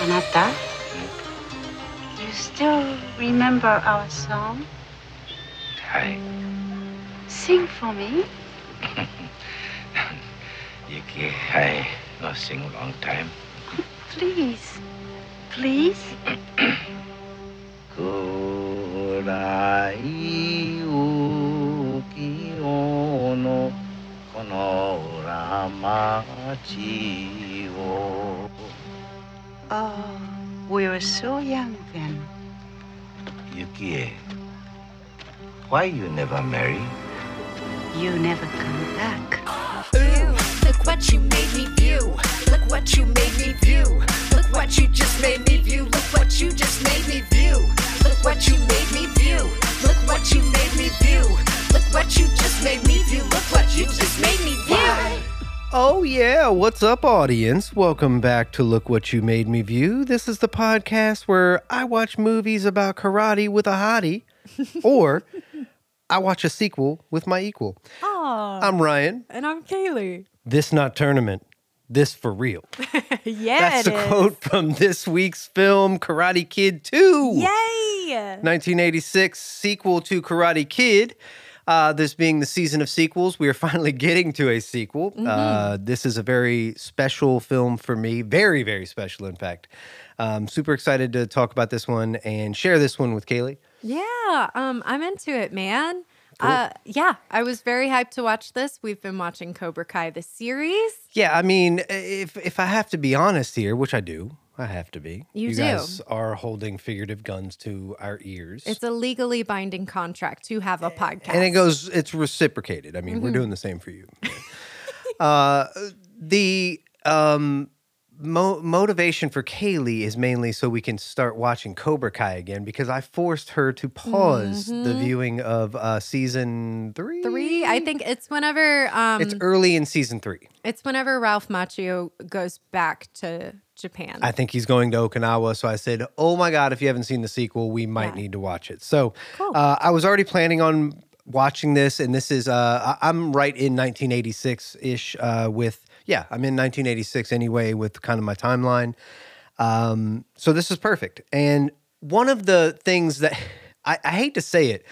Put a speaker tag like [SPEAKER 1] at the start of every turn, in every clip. [SPEAKER 1] Anata, you still remember our song?
[SPEAKER 2] I,
[SPEAKER 1] Sing for me.
[SPEAKER 2] Yuki, I not sing long time.
[SPEAKER 1] Please. Please?
[SPEAKER 2] 暗い浮世のこの裏町を
[SPEAKER 1] Oh, we were so young then.
[SPEAKER 2] Yukie, why you never marry?
[SPEAKER 1] You never come back.
[SPEAKER 3] Ooh, look what you made me view. Look what you made me view. Look what you just made me view. Look what you just made me view. Look what you made me view. Look what you made me view. Look what you just made me view. Look what you just made me view.
[SPEAKER 4] Oh, yeah. What's up, audience? Welcome back to Look What You Made Me View. This is the podcast where I watch movies about karate with a hottie, or I watch a sequel with my equal.
[SPEAKER 5] Aw.
[SPEAKER 4] I'm Ryan.
[SPEAKER 5] and I'm Kaylee.
[SPEAKER 4] This not tournament. This for real.
[SPEAKER 5] Yeah,
[SPEAKER 4] That's
[SPEAKER 5] it
[SPEAKER 4] a
[SPEAKER 5] is.
[SPEAKER 4] quote from this week's film, Karate Kid 2.
[SPEAKER 5] Yay!
[SPEAKER 4] 1986 sequel to Karate Kid. Uh, this being the season of sequels, we are finally getting to a sequel.
[SPEAKER 5] Mm-hmm.
[SPEAKER 4] Uh, this is a very special film for me, very, very special, in fact. Um, super excited to talk about this one and share this one with Kaylee.
[SPEAKER 5] Yeah, um, I'm into it, man. Uh, yeah, I was very hyped to watch this. We've been watching Cobra Kai the series.
[SPEAKER 4] Yeah, I mean, if if I have to be honest here, which I do, I have to be.
[SPEAKER 5] You do.
[SPEAKER 4] guys are holding figurative guns to our ears.
[SPEAKER 5] It's a legally binding contract to have a podcast.
[SPEAKER 4] and it goes it's reciprocated i mean
[SPEAKER 5] Mm-hmm.
[SPEAKER 4] we're doing the same for you uh the um mo- motivation for kaylee is mainly so we can start watching cobra kai again because i forced her to pause the viewing of uh season three
[SPEAKER 5] Mm-hmm. three. I think it's whenever um,
[SPEAKER 4] it's
[SPEAKER 5] it's,
[SPEAKER 4] early in season three
[SPEAKER 5] whenever Ralph Macchio goes back to Japan.
[SPEAKER 4] i think he's going to okinawa so i said oh my god if you haven't seen the sequel we might
[SPEAKER 5] Yeah.
[SPEAKER 4] need to watch it so
[SPEAKER 5] Cool.
[SPEAKER 4] uh, i was already planning on watching this and this is uh, I- i'm right in 1986-ish uh, with yeah i'm in 1986 anyway with kind of my timeline um, so this is perfect and one of the things that I, I hate to say it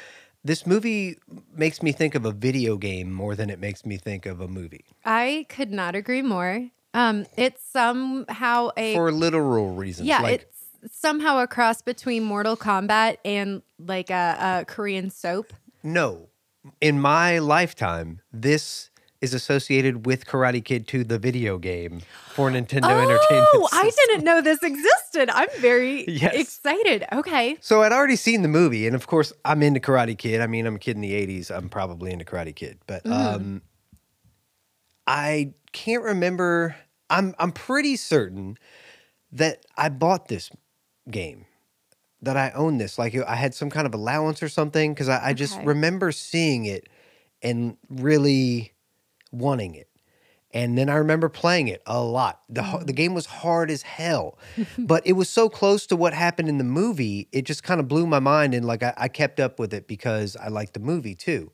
[SPEAKER 4] this movie makes me think of a video game more than it makes me think of a movie
[SPEAKER 5] I could not agree more. Um, it's somehow a
[SPEAKER 4] for literal reasons
[SPEAKER 5] Yeah,
[SPEAKER 4] like
[SPEAKER 5] it's somehow a cross between Mortal Kombat and like a, a Korean soap.
[SPEAKER 4] No. In my lifetime, this is associated with Karate Kid 2, the video game for Nintendo Entertainment.
[SPEAKER 5] oh, I
[SPEAKER 4] System.
[SPEAKER 5] didn't know this existed. I'm very
[SPEAKER 4] Yes.
[SPEAKER 5] excited. Okay.
[SPEAKER 4] So I'd already seen the movie, and of course, I'm into Karate Kid. I mean, I'm a kid in the 80s. I'm probably into Karate Kid, but
[SPEAKER 5] Mm.
[SPEAKER 4] um, I can't remember. I'm I'm pretty certain that I bought this game, that I own this. Like I had some kind of allowance or something, because I, I just
[SPEAKER 5] Okay.
[SPEAKER 4] remember seeing it and really wanting it. And then I remember playing it a lot. The, ho- the game was hard as hell, but it was so close to what happened in the movie. It just kind of blew my mind. And like I, I kept up with it because I liked the movie too.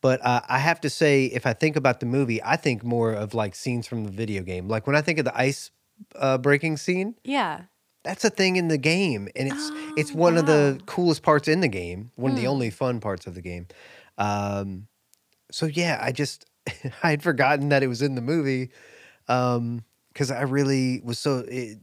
[SPEAKER 4] But uh, I have to say, if I think about the movie, I think more of like scenes from the video game. Like when I think of the ice uh, breaking scene,
[SPEAKER 5] Yeah.
[SPEAKER 4] that's a thing in the game and it's it's one of the coolest parts in the game one of the only fun parts of the game um so yeah i just i had forgotten that it was in the movie um because i really was so it,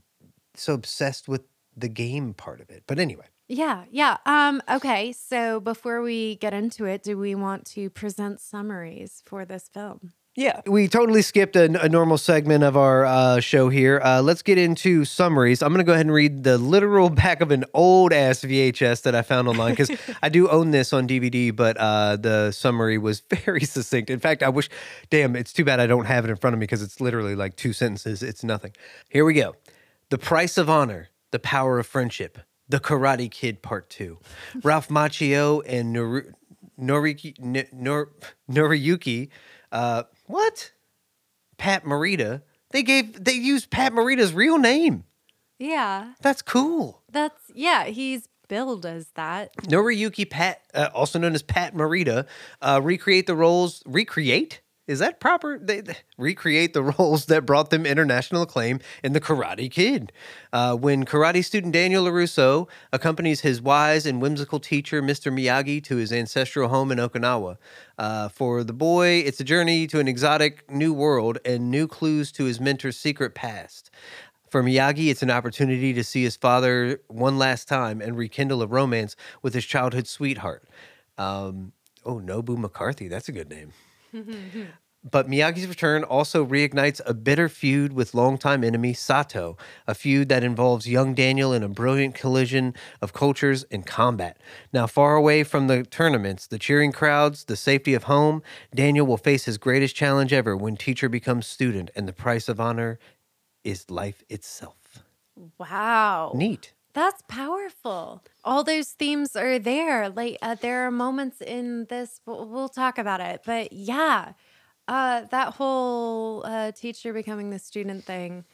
[SPEAKER 4] so obsessed with the game part of it but anyway
[SPEAKER 5] Yeah. Yeah. Um, okay. So before we get into it, do we want to present summaries for this film?
[SPEAKER 4] yeah we totally skipped a, a normal segment of our uh, show here uh, let's get into summaries i'm gonna go ahead and read the literal back of an old ass vhs that i found online because i do own this on dvd but uh, the summary was very succinct in fact i wish damn it's too bad i don't have it in front of me because it's literally like two sentences it's nothing here we go the price of honor the power of friendship the karate kid part two ralph macchio and Noru- Noriki, N- Nor- noriyuki uh, what Pat Morita. They gave they used Pat Morita's real name.
[SPEAKER 5] Yeah.
[SPEAKER 4] That's cool.
[SPEAKER 5] That's, yeah. He's billed as that.
[SPEAKER 4] Noriyuki Pat, uh, also known as Pat Morita, uh, recreate the roles. Recreate Is that proper? They, they recreate the roles that brought them international acclaim in The Karate Kid. Uh, when karate student Daniel LaRusso accompanies his wise and whimsical teacher, Mr. Miyagi, to his ancestral home in Okinawa. Uh, for the boy, it's a journey to an exotic new world and new clues to his mentor's secret past. For Miyagi, it's an opportunity to see his father one last time and rekindle a romance with his childhood sweetheart. Um, oh, Nobu McCarthy, that's a good name. But Miyagi's return also reignites a bitter feud with longtime enemy Sato, a feud that involves young Daniel in a brilliant collision of cultures and combat. Now, far away from the tournaments, the cheering crowds, the safety of home, Daniel will face his greatest challenge ever when teacher becomes student, and the price of honor is life itself.
[SPEAKER 5] Wow.
[SPEAKER 4] Neat.
[SPEAKER 5] That's powerful. All those themes are there. Like uh, there are moments in this. We'll, we'll talk about it, but yeah, uh, that whole uh, teacher becoming the student thing.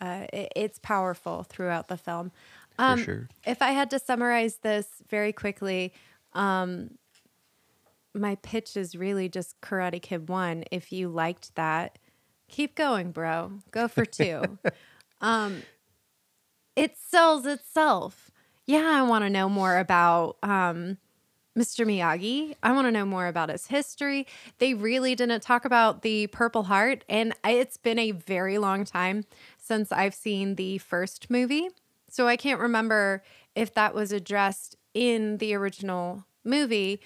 [SPEAKER 5] Uh, it, it's powerful throughout the film. Um,
[SPEAKER 4] sure.
[SPEAKER 5] If I had to summarize this very quickly, um, my pitch is really just Karate Kid One. If you liked that, keep going, bro. Go for two. Um, it sells itself. Yeah, I want to know more about um, Mr. Miyagi. I want to know more about his history. They really didn't talk about the Purple Heart, and I- it's been a very long time since I've seen the first movie. So I can't remember if that was addressed in the original movie.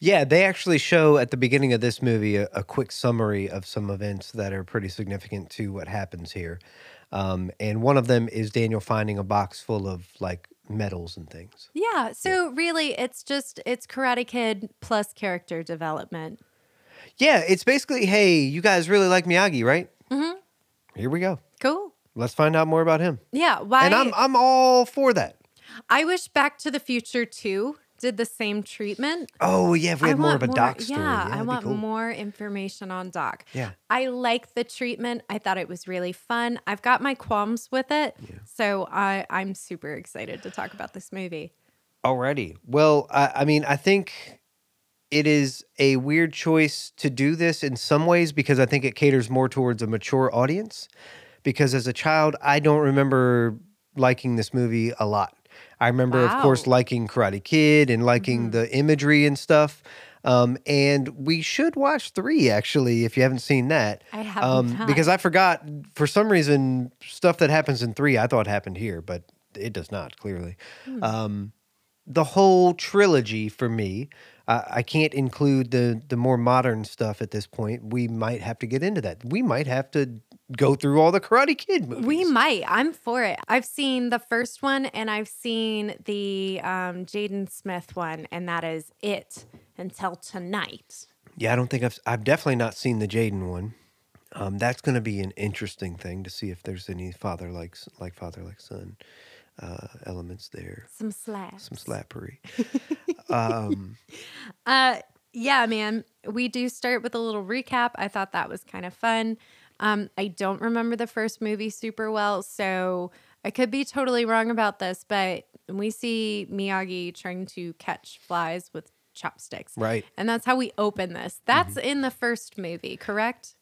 [SPEAKER 4] Yeah, they actually show at the beginning of this movie a, a quick summary of some events that are pretty significant to what happens here. Um, and one of them is Daniel finding a box full of like medals and things.
[SPEAKER 5] Yeah, so really it's just it's Karate Kid plus character development.
[SPEAKER 4] Yeah, it's basically hey, you guys really like Miyagi, right? Mm-hmm. Here we go.
[SPEAKER 5] Cool.
[SPEAKER 4] Let's find out more about him.
[SPEAKER 5] Yeah, why
[SPEAKER 4] and I'm I'm all for that.
[SPEAKER 5] I wish Back to the Future 2 did the same treatment.
[SPEAKER 4] Oh yeah, if we
[SPEAKER 5] I
[SPEAKER 4] had more of
[SPEAKER 5] want
[SPEAKER 4] a doc story,
[SPEAKER 5] Yeah, I
[SPEAKER 4] that'd be
[SPEAKER 5] want
[SPEAKER 4] cool.
[SPEAKER 5] more information on Doc.
[SPEAKER 4] Yeah.
[SPEAKER 5] I like the treatment. I thought it was really fun. I've got my qualms with it. So I, I'm super excited to talk about this movie.
[SPEAKER 4] Alrighty. Well, I, I mean, I think it is a weird choice to do this in some ways because I think it caters more towards a mature audience. Because as a child, I don't remember liking this movie a lot. I remember, of course,
[SPEAKER 5] Wow.
[SPEAKER 4] liking Karate Kid and liking the imagery and stuff. Um, and we should watch three actually if you haven't seen that.
[SPEAKER 5] I haven't not.
[SPEAKER 4] Um, because I forgot for some reason stuff that happens in three I thought happened here, but it does not clearly Um, the whole trilogy for me. I I can't include the the more modern stuff at this point. We might have to get into that. We might have to go through all the Karate Kid movies.
[SPEAKER 5] We might. I'm for it. I've seen the first one and I've seen the um, Jaden Smith one, and that is it until tonight.
[SPEAKER 4] yeah, I don't think I've I've definitely not seen the Jaden one. Um, that's going to be an interesting thing to see if there's any father like s- like father like son uh, elements there.
[SPEAKER 5] Some slaps.
[SPEAKER 4] Some slappery.
[SPEAKER 5] Uh, yeah, man. We do start with a little recap. I thought that was kind of fun. Um, I don't remember the first movie super well, so I could be totally wrong about this, but we see Miyagi trying to catch flies with chopsticks.
[SPEAKER 4] Right. Mm-hmm.
[SPEAKER 5] And that's how we open this. That's in the first movie, correct?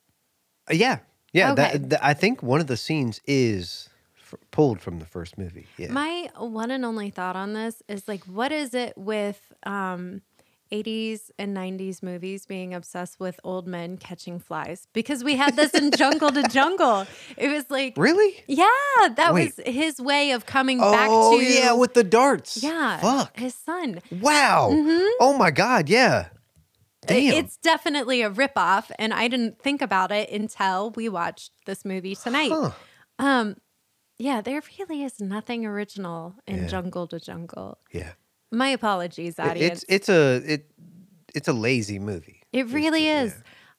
[SPEAKER 4] Uh, yeah, yeah.
[SPEAKER 5] Okay.
[SPEAKER 4] That, that I think one of the scenes is f- pulled from the first movie. Yeah.
[SPEAKER 5] My one and only thought on this is like, what is it with um, 80s and 90s movies being obsessed with old men catching flies? Because we had this in Jungle to Jungle. It was like,
[SPEAKER 4] really?
[SPEAKER 5] yeah, that
[SPEAKER 4] Wait.
[SPEAKER 5] was his way of coming back to.
[SPEAKER 4] Oh yeah, with the darts.
[SPEAKER 5] yeah, Mm-hmm.
[SPEAKER 4] Fuck.
[SPEAKER 5] his son.
[SPEAKER 4] Wow. Oh my God. Yeah. Damn.
[SPEAKER 5] It's definitely a ripoff, and I didn't think about it until we watched this movie tonight.
[SPEAKER 4] Huh.
[SPEAKER 5] Um, yeah, there really is nothing original in
[SPEAKER 4] Yeah.
[SPEAKER 5] Jungle to Jungle.
[SPEAKER 4] yeah.
[SPEAKER 5] My apologies,
[SPEAKER 4] It- It's
[SPEAKER 5] audience.
[SPEAKER 4] it's a it it's a lazy movie.
[SPEAKER 5] It really
[SPEAKER 4] yeah.
[SPEAKER 5] is.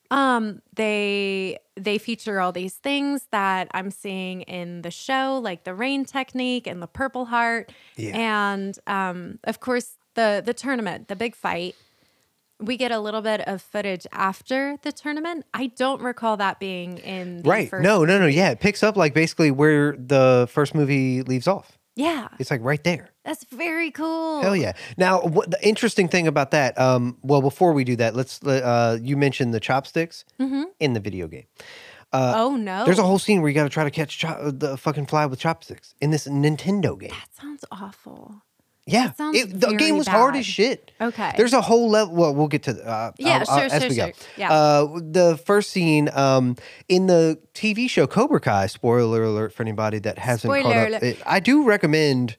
[SPEAKER 5] Um, they they feature all these things that I'm seeing in the show, like the rain technique and the purple heart,
[SPEAKER 4] Yeah.
[SPEAKER 5] and um, of course the the tournament, the big fight. We get a little bit of footage after the tournament. I don't recall that being in the
[SPEAKER 4] Right.
[SPEAKER 5] First,
[SPEAKER 4] No. No. No. Yeah. It picks up like basically where the first movie leaves off.
[SPEAKER 5] Yeah.
[SPEAKER 4] It's like right there.
[SPEAKER 5] That's very cool.
[SPEAKER 4] Hell yeah! Now, what, the interesting thing about that, um, well, before we do that, let's. Uh, you mentioned the chopsticks
[SPEAKER 5] Mm-hmm.
[SPEAKER 4] in the video game.
[SPEAKER 5] oh no.
[SPEAKER 4] There's a whole scene where you got to try to catch cho- the fucking fly with chopsticks in this Nintendo game.
[SPEAKER 5] That sounds awful.
[SPEAKER 4] Yeah,
[SPEAKER 5] sounds
[SPEAKER 4] it, the
[SPEAKER 5] very
[SPEAKER 4] game was hard
[SPEAKER 5] bad.
[SPEAKER 4] as shit.
[SPEAKER 5] Okay.
[SPEAKER 4] there's a whole level. Well, we'll get to the, uh,
[SPEAKER 5] Yeah,
[SPEAKER 4] I'll- I'll-
[SPEAKER 5] sure,
[SPEAKER 4] as
[SPEAKER 5] sure,
[SPEAKER 4] we go.
[SPEAKER 5] sure. Yeah.
[SPEAKER 4] Uh, the first scene um, in the TV show Cobra Kai. Spoiler alert for anybody that hasn't caught
[SPEAKER 5] Spoiler
[SPEAKER 4] up.
[SPEAKER 5] alert.
[SPEAKER 4] It- I do recommend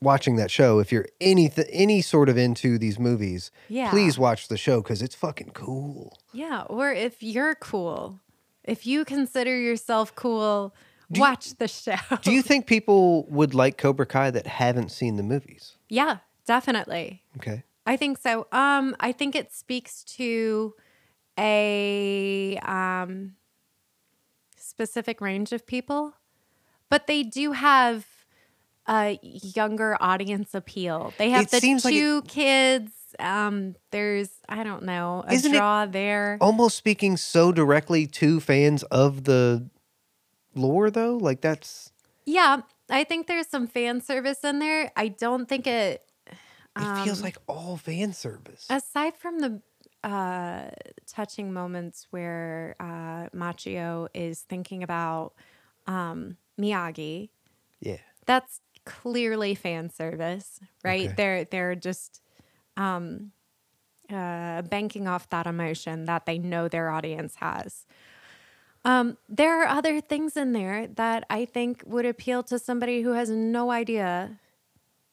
[SPEAKER 4] watching that show if you're any any sort of into these movies.
[SPEAKER 5] Yeah.
[SPEAKER 4] please watch the show because it's fucking cool.
[SPEAKER 5] Yeah, or if you're cool, if you consider yourself cool, watch the show.
[SPEAKER 4] Do you think people would like Cobra Kai that haven't seen the movies?
[SPEAKER 5] yeah, definitely.
[SPEAKER 4] Okay.
[SPEAKER 5] I think so. Um, I think it speaks to a um, specific range of people, but they do have a younger audience appeal. They have
[SPEAKER 4] It
[SPEAKER 5] the
[SPEAKER 4] seems like it-
[SPEAKER 5] two kids. Um, there's I don't know a
[SPEAKER 4] Isn't it-
[SPEAKER 5] draw there.
[SPEAKER 4] almost speaking so directly to fans of the lore though like that's
[SPEAKER 5] Yeah, I think there's some fan service in there. I don't think it
[SPEAKER 4] it
[SPEAKER 5] Um
[SPEAKER 4] feels like all fan service
[SPEAKER 5] aside from the uh, touching moments where uh, Machio is thinking about um, Miyagi,
[SPEAKER 4] yeah
[SPEAKER 5] that's clearly fan service, right?
[SPEAKER 4] Okay.
[SPEAKER 5] They're they're just um, uh, banking off that emotion that they know their audience has. Um, there are other things in there that I think would appeal to somebody who has no idea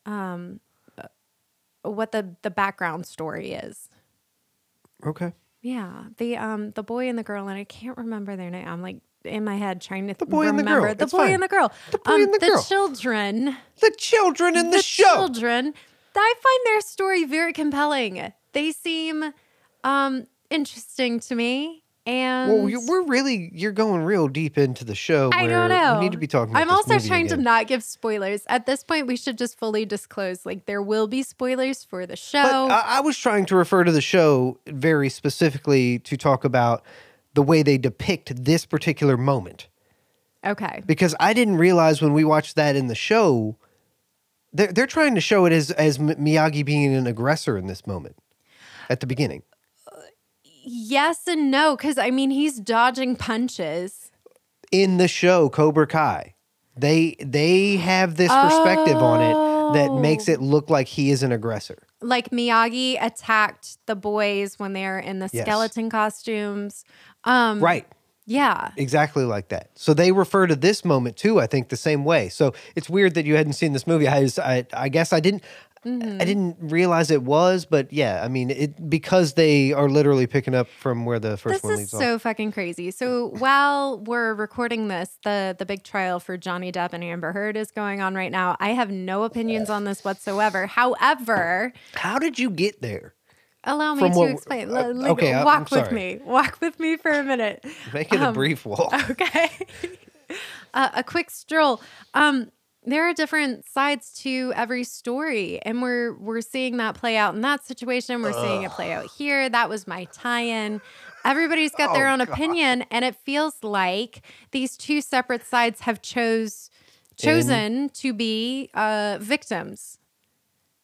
[SPEAKER 5] um, uh, what the the background story is.
[SPEAKER 4] okay
[SPEAKER 5] Yeah, the um the boy and the girl, and I can't remember their name. I'm like in my head trying to the
[SPEAKER 4] boy and
[SPEAKER 5] remember.
[SPEAKER 4] the girl.
[SPEAKER 5] The
[SPEAKER 4] It's
[SPEAKER 5] boy
[SPEAKER 4] fine.
[SPEAKER 5] and the girl.
[SPEAKER 4] The boy and the girl.
[SPEAKER 5] children
[SPEAKER 4] the children in the, show
[SPEAKER 5] children. I find their story very compelling. They seem um, interesting to me. And
[SPEAKER 4] well you, we're really you're going real deep into the show
[SPEAKER 5] I
[SPEAKER 4] where
[SPEAKER 5] don't know.
[SPEAKER 4] we need to be talking about
[SPEAKER 5] I'm
[SPEAKER 4] this
[SPEAKER 5] also
[SPEAKER 4] movie
[SPEAKER 5] trying to
[SPEAKER 4] again.
[SPEAKER 5] not give spoilers. At this point, we should just fully disclose like there will be spoilers for the
[SPEAKER 4] but
[SPEAKER 5] show.
[SPEAKER 4] I, I was trying to refer to the show very specifically to talk about the way they depict this particular moment
[SPEAKER 5] okay.
[SPEAKER 4] because I didn't realize when we watched that in the show, they're they're trying to show it as as M- Miyagi being an aggressor in this moment at the beginning.
[SPEAKER 5] Yes and no, because I mean he's dodging punches.
[SPEAKER 4] In the show Cobra Kai, they they have this perspective on it that makes it look like he is an aggressor.
[SPEAKER 5] Like Miyagi attacked the boys when they're in the
[SPEAKER 4] Yes.
[SPEAKER 5] skeleton costumes. Um,
[SPEAKER 4] Right.
[SPEAKER 5] Yeah.
[SPEAKER 4] Exactly like that. So they refer to this moment too, I think, the same way. So it's weird that you hadn't seen this movie. I just, I, I guess I didn't
[SPEAKER 5] Mm-hmm.
[SPEAKER 4] I didn't realize it was, but yeah, I mean it because they are literally picking up from where the first
[SPEAKER 5] this
[SPEAKER 4] one
[SPEAKER 5] is
[SPEAKER 4] leaves
[SPEAKER 5] so
[SPEAKER 4] off.
[SPEAKER 5] fucking crazy. So while we're recording this, the the big trial for Johnny Depp and Amber Heard is going on right now. I have no opinions on this whatsoever. However,
[SPEAKER 4] How did you get there?
[SPEAKER 5] allow me
[SPEAKER 4] From
[SPEAKER 5] to
[SPEAKER 4] what-
[SPEAKER 5] explain.
[SPEAKER 4] uh,
[SPEAKER 5] L- like,
[SPEAKER 4] okay, I- I'm
[SPEAKER 5] walk with
[SPEAKER 4] sorry.
[SPEAKER 5] me. Walk with me for a minute.
[SPEAKER 4] Make it a
[SPEAKER 5] Um,
[SPEAKER 4] brief walk.
[SPEAKER 5] Okay. uh, a quick stroll. Um, there are different sides to every story, and we're we're seeing that play out in that situation. We're seeing it play out here. That was my tie-in. Everybody's got their own opinion, and it feels like these two separate sides have chose chosen to be uh, victims.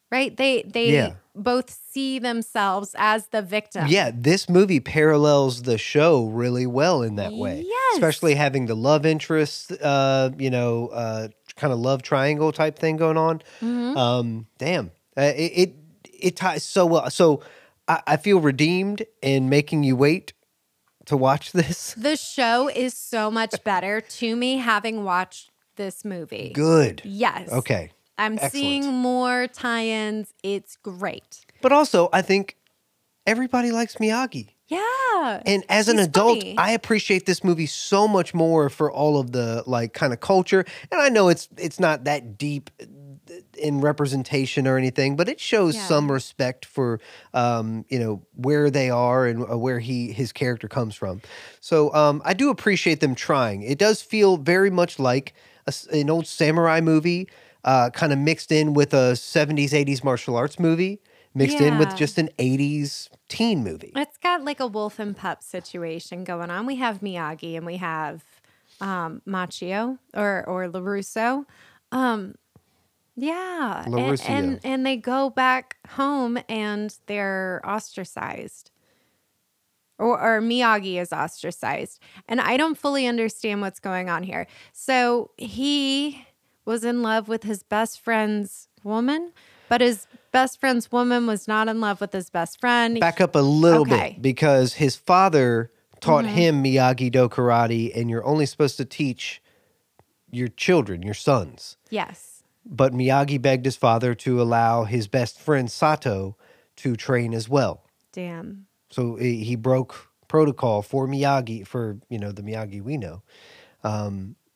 [SPEAKER 5] Right? They they
[SPEAKER 4] Yeah.
[SPEAKER 5] both see themselves as the victim.
[SPEAKER 4] Yeah, this movie parallels the show really well in that way.
[SPEAKER 5] Yes.
[SPEAKER 4] Especially having the love interest, uh, you know, uh, kind of love triangle type thing going on.
[SPEAKER 5] Mm-hmm.
[SPEAKER 4] Um, damn, uh, it, it it ties so well. So I, I feel redeemed in making you wait to watch this.
[SPEAKER 5] The show is so much better to me having watched this movie.
[SPEAKER 4] Good.
[SPEAKER 5] Yes.
[SPEAKER 4] Okay.
[SPEAKER 5] I'm
[SPEAKER 4] Excellent.
[SPEAKER 5] seeing more tie ins. It's great.
[SPEAKER 4] But also, I think everybody likes Miyagi.
[SPEAKER 5] Yeah.
[SPEAKER 4] And as an
[SPEAKER 5] He's
[SPEAKER 4] adult,
[SPEAKER 5] funny.
[SPEAKER 4] I appreciate this movie so much more for all of the like kind of culture. And I know it's it's not that deep uh, in representation or anything, but it shows
[SPEAKER 5] Yeah.
[SPEAKER 4] some respect for um, you know where they are and uh, where he his character comes from. So um, I do appreciate them trying. It does feel very much like a s an old samurai movie, uh, kind of mixed in with a '70s '80s martial arts movie, mixed in with
[SPEAKER 5] Yeah.
[SPEAKER 4] just an '80s teen movie.
[SPEAKER 5] it's got like a wolf and pup situation going on. We have Miyagi and we have um, Machio or, or LaRusso. Um, Yeah. and-
[SPEAKER 4] Larissia.
[SPEAKER 5] And, and they go back home and they're ostracized. Or, or Miyagi is ostracized. And I don't fully understand what's going on here. So he was in love with his best friend's woman, but his best friend's woman was not in love with his best friend.
[SPEAKER 4] Back up a little
[SPEAKER 5] Okay.
[SPEAKER 4] bit
[SPEAKER 5] Mm-hmm.
[SPEAKER 4] because his father taught him Miyagi Do karate, and you're only supposed to teach your children, your sons.
[SPEAKER 5] yes.
[SPEAKER 4] But Miyagi begged his father to allow his best friend Sato to train as well.
[SPEAKER 5] Damn.
[SPEAKER 4] So eh, he he broke protocol for Miyagi for you know the Miyagi we know.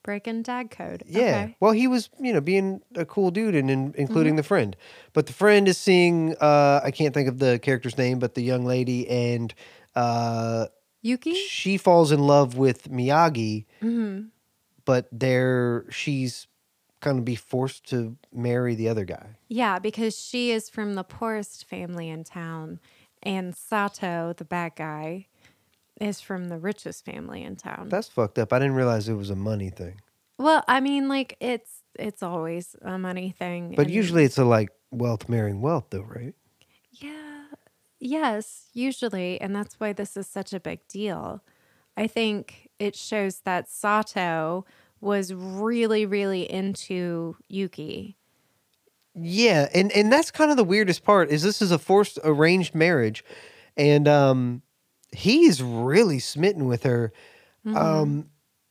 [SPEAKER 5] Breaking dad code.
[SPEAKER 4] Yeah.
[SPEAKER 5] Okay. Mm-hmm.
[SPEAKER 4] Well, he was, you know, being a cool dude and in, including the friend. But the friend is seeing, uh, I can't think of the character's name, but the young lady, and uh,
[SPEAKER 5] Yuki? Mm-hmm.
[SPEAKER 4] she falls in love with Miyagi, but there she's going to be forced to marry the other guy.
[SPEAKER 5] Yeah, because she is from the poorest family in town, and Sato, the bad guy, is from the richest family in town.
[SPEAKER 4] That's fucked up. I didn't realize it was a money thing.
[SPEAKER 5] well, I mean, like it's it's always a money thing,
[SPEAKER 4] But
[SPEAKER 5] and-
[SPEAKER 4] usually it's a like wealth marrying wealth, though, right?
[SPEAKER 5] yeah, yes, usually, and that's why this is such a big deal. I think it shows that Sato was really, really into Yuki.
[SPEAKER 4] Yeah, and and that's kind of the weirdest part is this is a forced arranged marriage, and um, he's really smitten with her,
[SPEAKER 5] Mm-hmm.
[SPEAKER 4] um,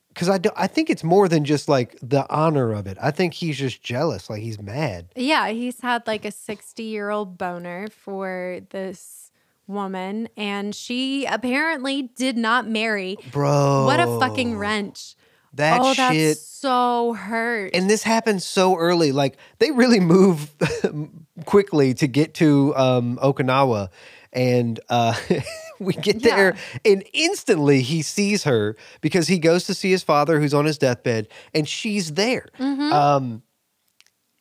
[SPEAKER 4] because I do, I think it's more than just like the honor of it. I think he's just jealous, like he's mad.
[SPEAKER 5] Yeah, he's had like a 60 year old boner for this woman, and she apparently did not marry.
[SPEAKER 4] Bro,
[SPEAKER 5] What a fucking wrench.
[SPEAKER 4] Oh, That
[SPEAKER 5] oh, that's
[SPEAKER 4] shit.
[SPEAKER 5] so hurt.
[SPEAKER 4] And this happens so early. Like they really move quickly to get to um, Okinawa, and uh, we get
[SPEAKER 5] Yeah.
[SPEAKER 4] there, and instantly he sees her because he goes to see his father, who's on his deathbed, and she's there.
[SPEAKER 5] Mm-hmm.
[SPEAKER 4] Um,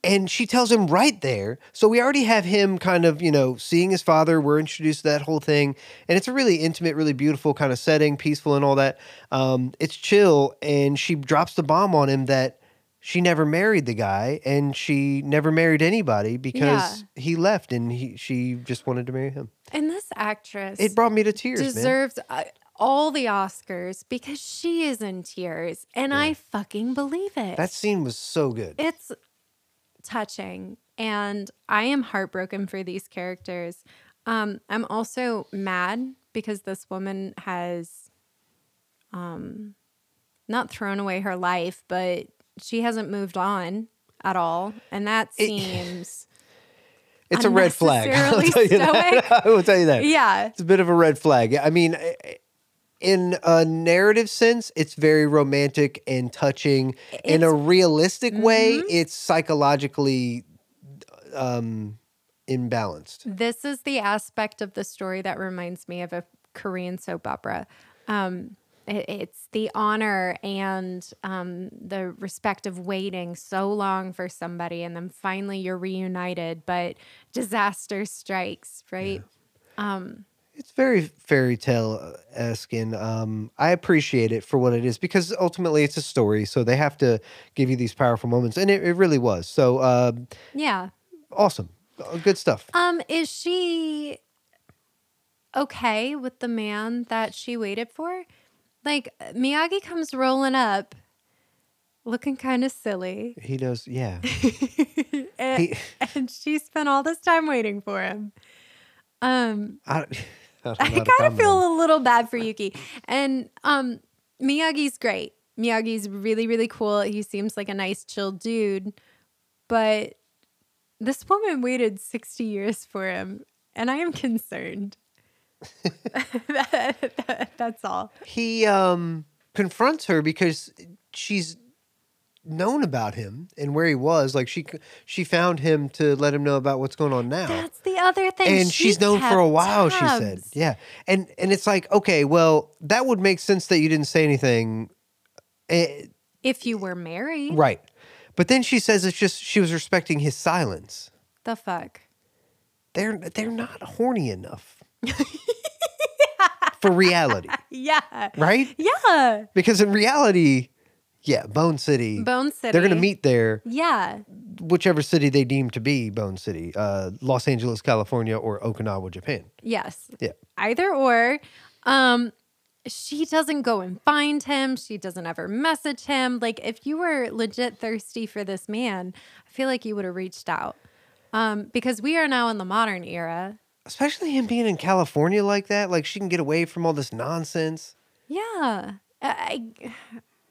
[SPEAKER 4] and she tells him right there. So we already have him kind of, you know, seeing his father. We're introduced to that whole thing. And it's a really intimate, really beautiful kind of setting, peaceful and all that. Um, it's chill. And she drops the bomb on him that she never married the guy and she never married anybody because he left and he, she just wanted to marry him.
[SPEAKER 5] And this actress
[SPEAKER 4] It brought me to tears, man.
[SPEAKER 5] deserves uh, all the Oscars because she is in tears, and I fucking believe it.
[SPEAKER 4] That scene was so good.
[SPEAKER 5] it's touching and i am heartbroken for these characters um i'm also mad because this woman has um not thrown away her life but she hasn't moved on at all and that
[SPEAKER 4] It-
[SPEAKER 5] seems
[SPEAKER 4] It's a red flag. I'll
[SPEAKER 5] unnecessarily
[SPEAKER 4] tell you that. I will tell you that.
[SPEAKER 5] yeah
[SPEAKER 4] it's a bit of a red flag. I mean, eh, in a narrative sense, it's very romantic and touching. in a realistic way,
[SPEAKER 5] Mm-hmm.
[SPEAKER 4] it's psychologically um, imbalanced.
[SPEAKER 5] This is the aspect of the story that reminds me of a Korean soap opera. Um, it- it's the honor and um, the respect of waiting so long for somebody, and then finally you're reunited, but disaster strikes, right?
[SPEAKER 4] It's very fairy tale esque, and um, I appreciate it for what it is because ultimately it's a story, so they have to give you these powerful moments, and it, it really was. So uh,
[SPEAKER 5] Yeah.
[SPEAKER 4] awesome, Uh, good stuff.
[SPEAKER 5] Um, is she okay with the man that she waited for? Like Miyagi comes rolling up, looking kind of silly.
[SPEAKER 4] He does, yeah.
[SPEAKER 5] and,
[SPEAKER 4] He-
[SPEAKER 5] and she spent all this time waiting for him. Um,
[SPEAKER 4] I, I, don't know
[SPEAKER 5] I
[SPEAKER 4] how to
[SPEAKER 5] kind of
[SPEAKER 4] comment on
[SPEAKER 5] feel a little bad for Yuki, and um, Miyagi's great. Miyagi's really really cool. He seems like a nice chill dude, but this woman waited sixty years for him, and I am concerned. that's all.
[SPEAKER 4] he um confronts her because she's known about him and where he was like she she found him to let him know about what's going on now
[SPEAKER 5] That's the other thing.
[SPEAKER 4] and
[SPEAKER 5] She
[SPEAKER 4] she's known for a
[SPEAKER 5] kept
[SPEAKER 4] while she said
[SPEAKER 5] tabs.
[SPEAKER 4] yeah and and it's like okay well that would make sense that you didn't say anything Eh,
[SPEAKER 5] If you were married,
[SPEAKER 4] right but then she says it's just she was respecting his silence
[SPEAKER 5] the fuck.
[SPEAKER 4] they're they're not horny enough for reality
[SPEAKER 5] Yeah.
[SPEAKER 4] right
[SPEAKER 5] Yeah.
[SPEAKER 4] because in reality Yeah, Bone City.
[SPEAKER 5] Bone City.
[SPEAKER 4] They're going to meet there,
[SPEAKER 5] Yeah.
[SPEAKER 4] whichever city they deem to be Bone City, uh, Los Angeles, California, or Okinawa, Japan.
[SPEAKER 5] Yes.
[SPEAKER 4] Yeah.
[SPEAKER 5] Either or. Um, she doesn't go and find him. She doesn't ever message him. Like, if you were legit thirsty for this man, I feel like you would have reached out. Um, because we are now in the modern era.
[SPEAKER 4] Especially him being in California like that. Like she can get away from all this nonsense.
[SPEAKER 5] Yeah. I I-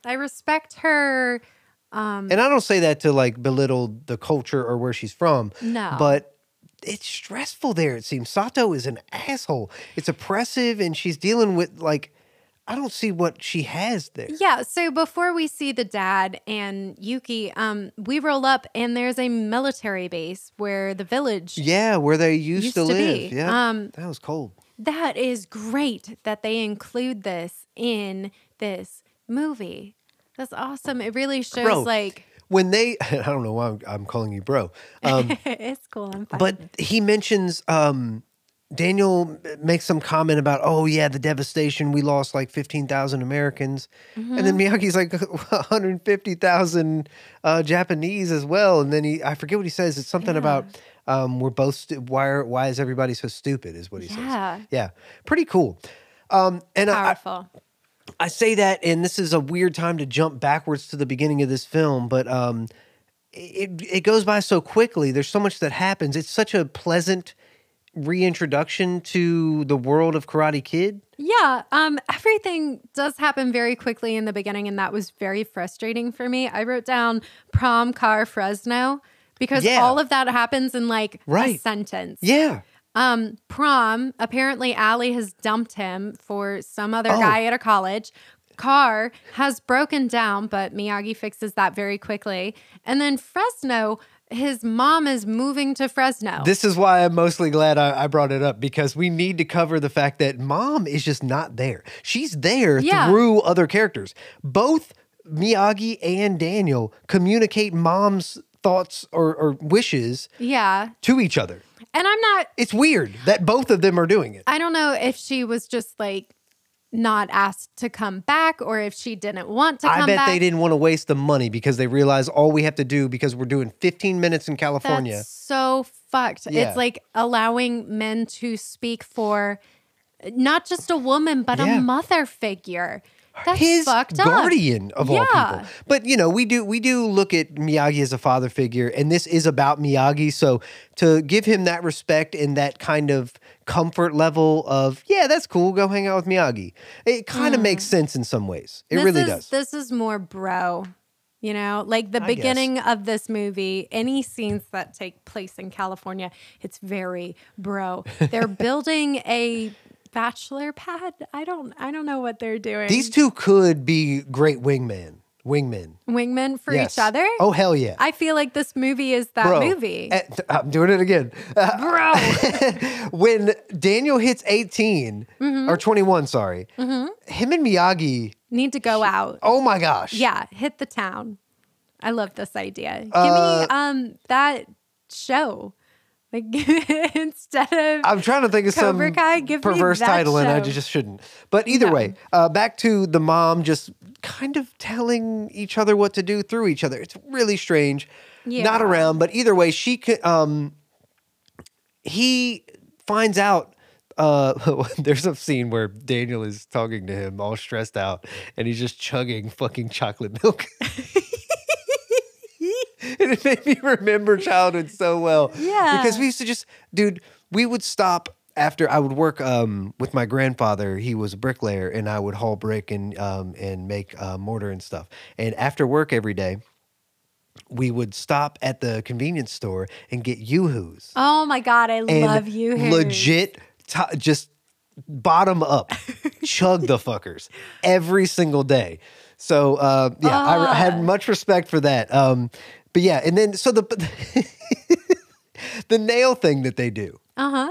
[SPEAKER 5] I respect her. Um,
[SPEAKER 4] And I don't say that to like belittle the culture or where she's from,
[SPEAKER 5] no.
[SPEAKER 4] but it's stressful there, it seems. Sato is an asshole. It's oppressive and she's dealing with like, I don't see what she has there.
[SPEAKER 5] Yeah, so before we see the dad and Yuki, um, we roll up and there's a military base where the village
[SPEAKER 4] Yeah, where they used,
[SPEAKER 5] Used
[SPEAKER 4] to,
[SPEAKER 5] to
[SPEAKER 4] live.
[SPEAKER 5] be.
[SPEAKER 4] Yeah.
[SPEAKER 5] Um,
[SPEAKER 4] that was cold.
[SPEAKER 5] that is great that they include this in this movie. That's awesome. It really shows
[SPEAKER 4] Bro.
[SPEAKER 5] like
[SPEAKER 4] When they, I don't know why I'm, I'm calling you bro. Um,
[SPEAKER 5] it's cool. I'm fine.
[SPEAKER 4] but he mentions um Daniel makes some comment about, oh yeah, the devastation. We lost like fifteen thousand Americans, and then
[SPEAKER 5] Mm-hmm.
[SPEAKER 4] Miyagi's like one hundred fifty thousand uh, Japanese as well. And then he, I forget what he says. It's something
[SPEAKER 5] Yeah.
[SPEAKER 4] about um, we're both stu- why are, why is everybody so stupid? Is what he
[SPEAKER 5] Yeah.
[SPEAKER 4] says. Yeah, pretty cool. Um, and I, I-
[SPEAKER 5] powerful.
[SPEAKER 4] I say that, and this is a weird time to jump backwards to the beginning of this film, but um, it it goes by so quickly. There's so much that happens. It's such a pleasant reintroduction to the world of Karate Kid.
[SPEAKER 5] Yeah, um, everything does happen very quickly in the beginning, and that was very frustrating for me. I wrote down prom car Fresno because
[SPEAKER 4] Yeah.
[SPEAKER 5] all of that happens in like a
[SPEAKER 4] Right.
[SPEAKER 5] sentence.
[SPEAKER 4] Yeah,
[SPEAKER 5] Um, prom, apparently Allie has dumped him for some other
[SPEAKER 4] Oh.
[SPEAKER 5] guy at a college. Car has broken down, but Miyagi fixes that very quickly. And then Fresno, his mom is moving to Fresno.
[SPEAKER 4] this is why I'm mostly glad I, I brought it up because we need to cover the fact that mom is just not there. She's there
[SPEAKER 5] Yeah.
[SPEAKER 4] through other characters. Both Miyagi and Daniel communicate mom's thoughts or, or wishes
[SPEAKER 5] yeah.
[SPEAKER 4] to each other.
[SPEAKER 5] And I'm not
[SPEAKER 4] It's weird that both of them are doing it.
[SPEAKER 5] I don't know if she was just like not asked to come back or if she didn't want to come
[SPEAKER 4] I bet
[SPEAKER 5] back.
[SPEAKER 4] they didn't want to waste the money because they realize all we have to do because we're doing 15 minutes in California.
[SPEAKER 5] That's so fucked.
[SPEAKER 4] Yeah.
[SPEAKER 5] It's like allowing men to speak for not just a woman, but
[SPEAKER 4] Yeah.
[SPEAKER 5] a mother figure. That's
[SPEAKER 4] His
[SPEAKER 5] fucked up.
[SPEAKER 4] guardian of all
[SPEAKER 5] Yeah.
[SPEAKER 4] people. But you know, we do we do look at Miyagi as a father figure, and this is about Miyagi. So to give him that respect and that kind of comfort level of, yeah, that's cool, go hang out with Miyagi. It kind of makes sense in some ways. It
[SPEAKER 5] Mm. this
[SPEAKER 4] really
[SPEAKER 5] is,
[SPEAKER 4] does.
[SPEAKER 5] This is more bro. You know, like the
[SPEAKER 4] I guess.
[SPEAKER 5] beginning of this movie, any scenes that take place in California, it's very bro. They're building a bachelor pad. I don't I don't know what they're doing.
[SPEAKER 4] These two could be great wingmen. Wingmen.
[SPEAKER 5] wingmen for
[SPEAKER 4] Yes.
[SPEAKER 5] each other.
[SPEAKER 4] Oh hell yeah.
[SPEAKER 5] I feel like this movie is that movie.
[SPEAKER 4] eh, th- I'm doing it again. Uh,
[SPEAKER 5] bro.
[SPEAKER 4] when Daniel hits 18
[SPEAKER 5] Mm-hmm.
[SPEAKER 4] or 21, sorry, him and Miyagi,
[SPEAKER 5] Need to go out.
[SPEAKER 4] oh my gosh.
[SPEAKER 5] Mm-hmm. Yeah, hit the town. I love this idea. Give
[SPEAKER 4] Uh,
[SPEAKER 5] me um that show. Like instead of
[SPEAKER 4] I'm trying to think of
[SPEAKER 5] Cobra
[SPEAKER 4] some
[SPEAKER 5] Kai, give me
[SPEAKER 4] perverse
[SPEAKER 5] that
[SPEAKER 4] title, and I
[SPEAKER 5] show.
[SPEAKER 4] just shouldn't. But either
[SPEAKER 5] No.
[SPEAKER 4] way, uh, back to the mom just kind of telling each other what to do through each other. It's really strange. Not
[SPEAKER 5] Yeah.
[SPEAKER 4] around, but either way, she could. Um, he finds out. Uh, there's a scene where Daniel is talking to him, all stressed out, and he's just chugging fucking chocolate milk. and it made me remember childhood so well.
[SPEAKER 5] Yeah.
[SPEAKER 4] Because we used to just, dude, we would stop after I would work um, with my grandfather. He was a bricklayer, and I would haul brick and um, and make uh, mortar and stuff. And after work every day, we would stop at the convenience store and get yoo-hoos.
[SPEAKER 5] Oh my god, I
[SPEAKER 4] and
[SPEAKER 5] love you. Harry.
[SPEAKER 4] Legit, to- just bottom up, chug the fuckers every single day. So uh, yeah, I, I
[SPEAKER 5] Ah.
[SPEAKER 4] had much respect for that. Um, but yeah, and then so the the nail thing that they do.
[SPEAKER 5] is Uh-huh.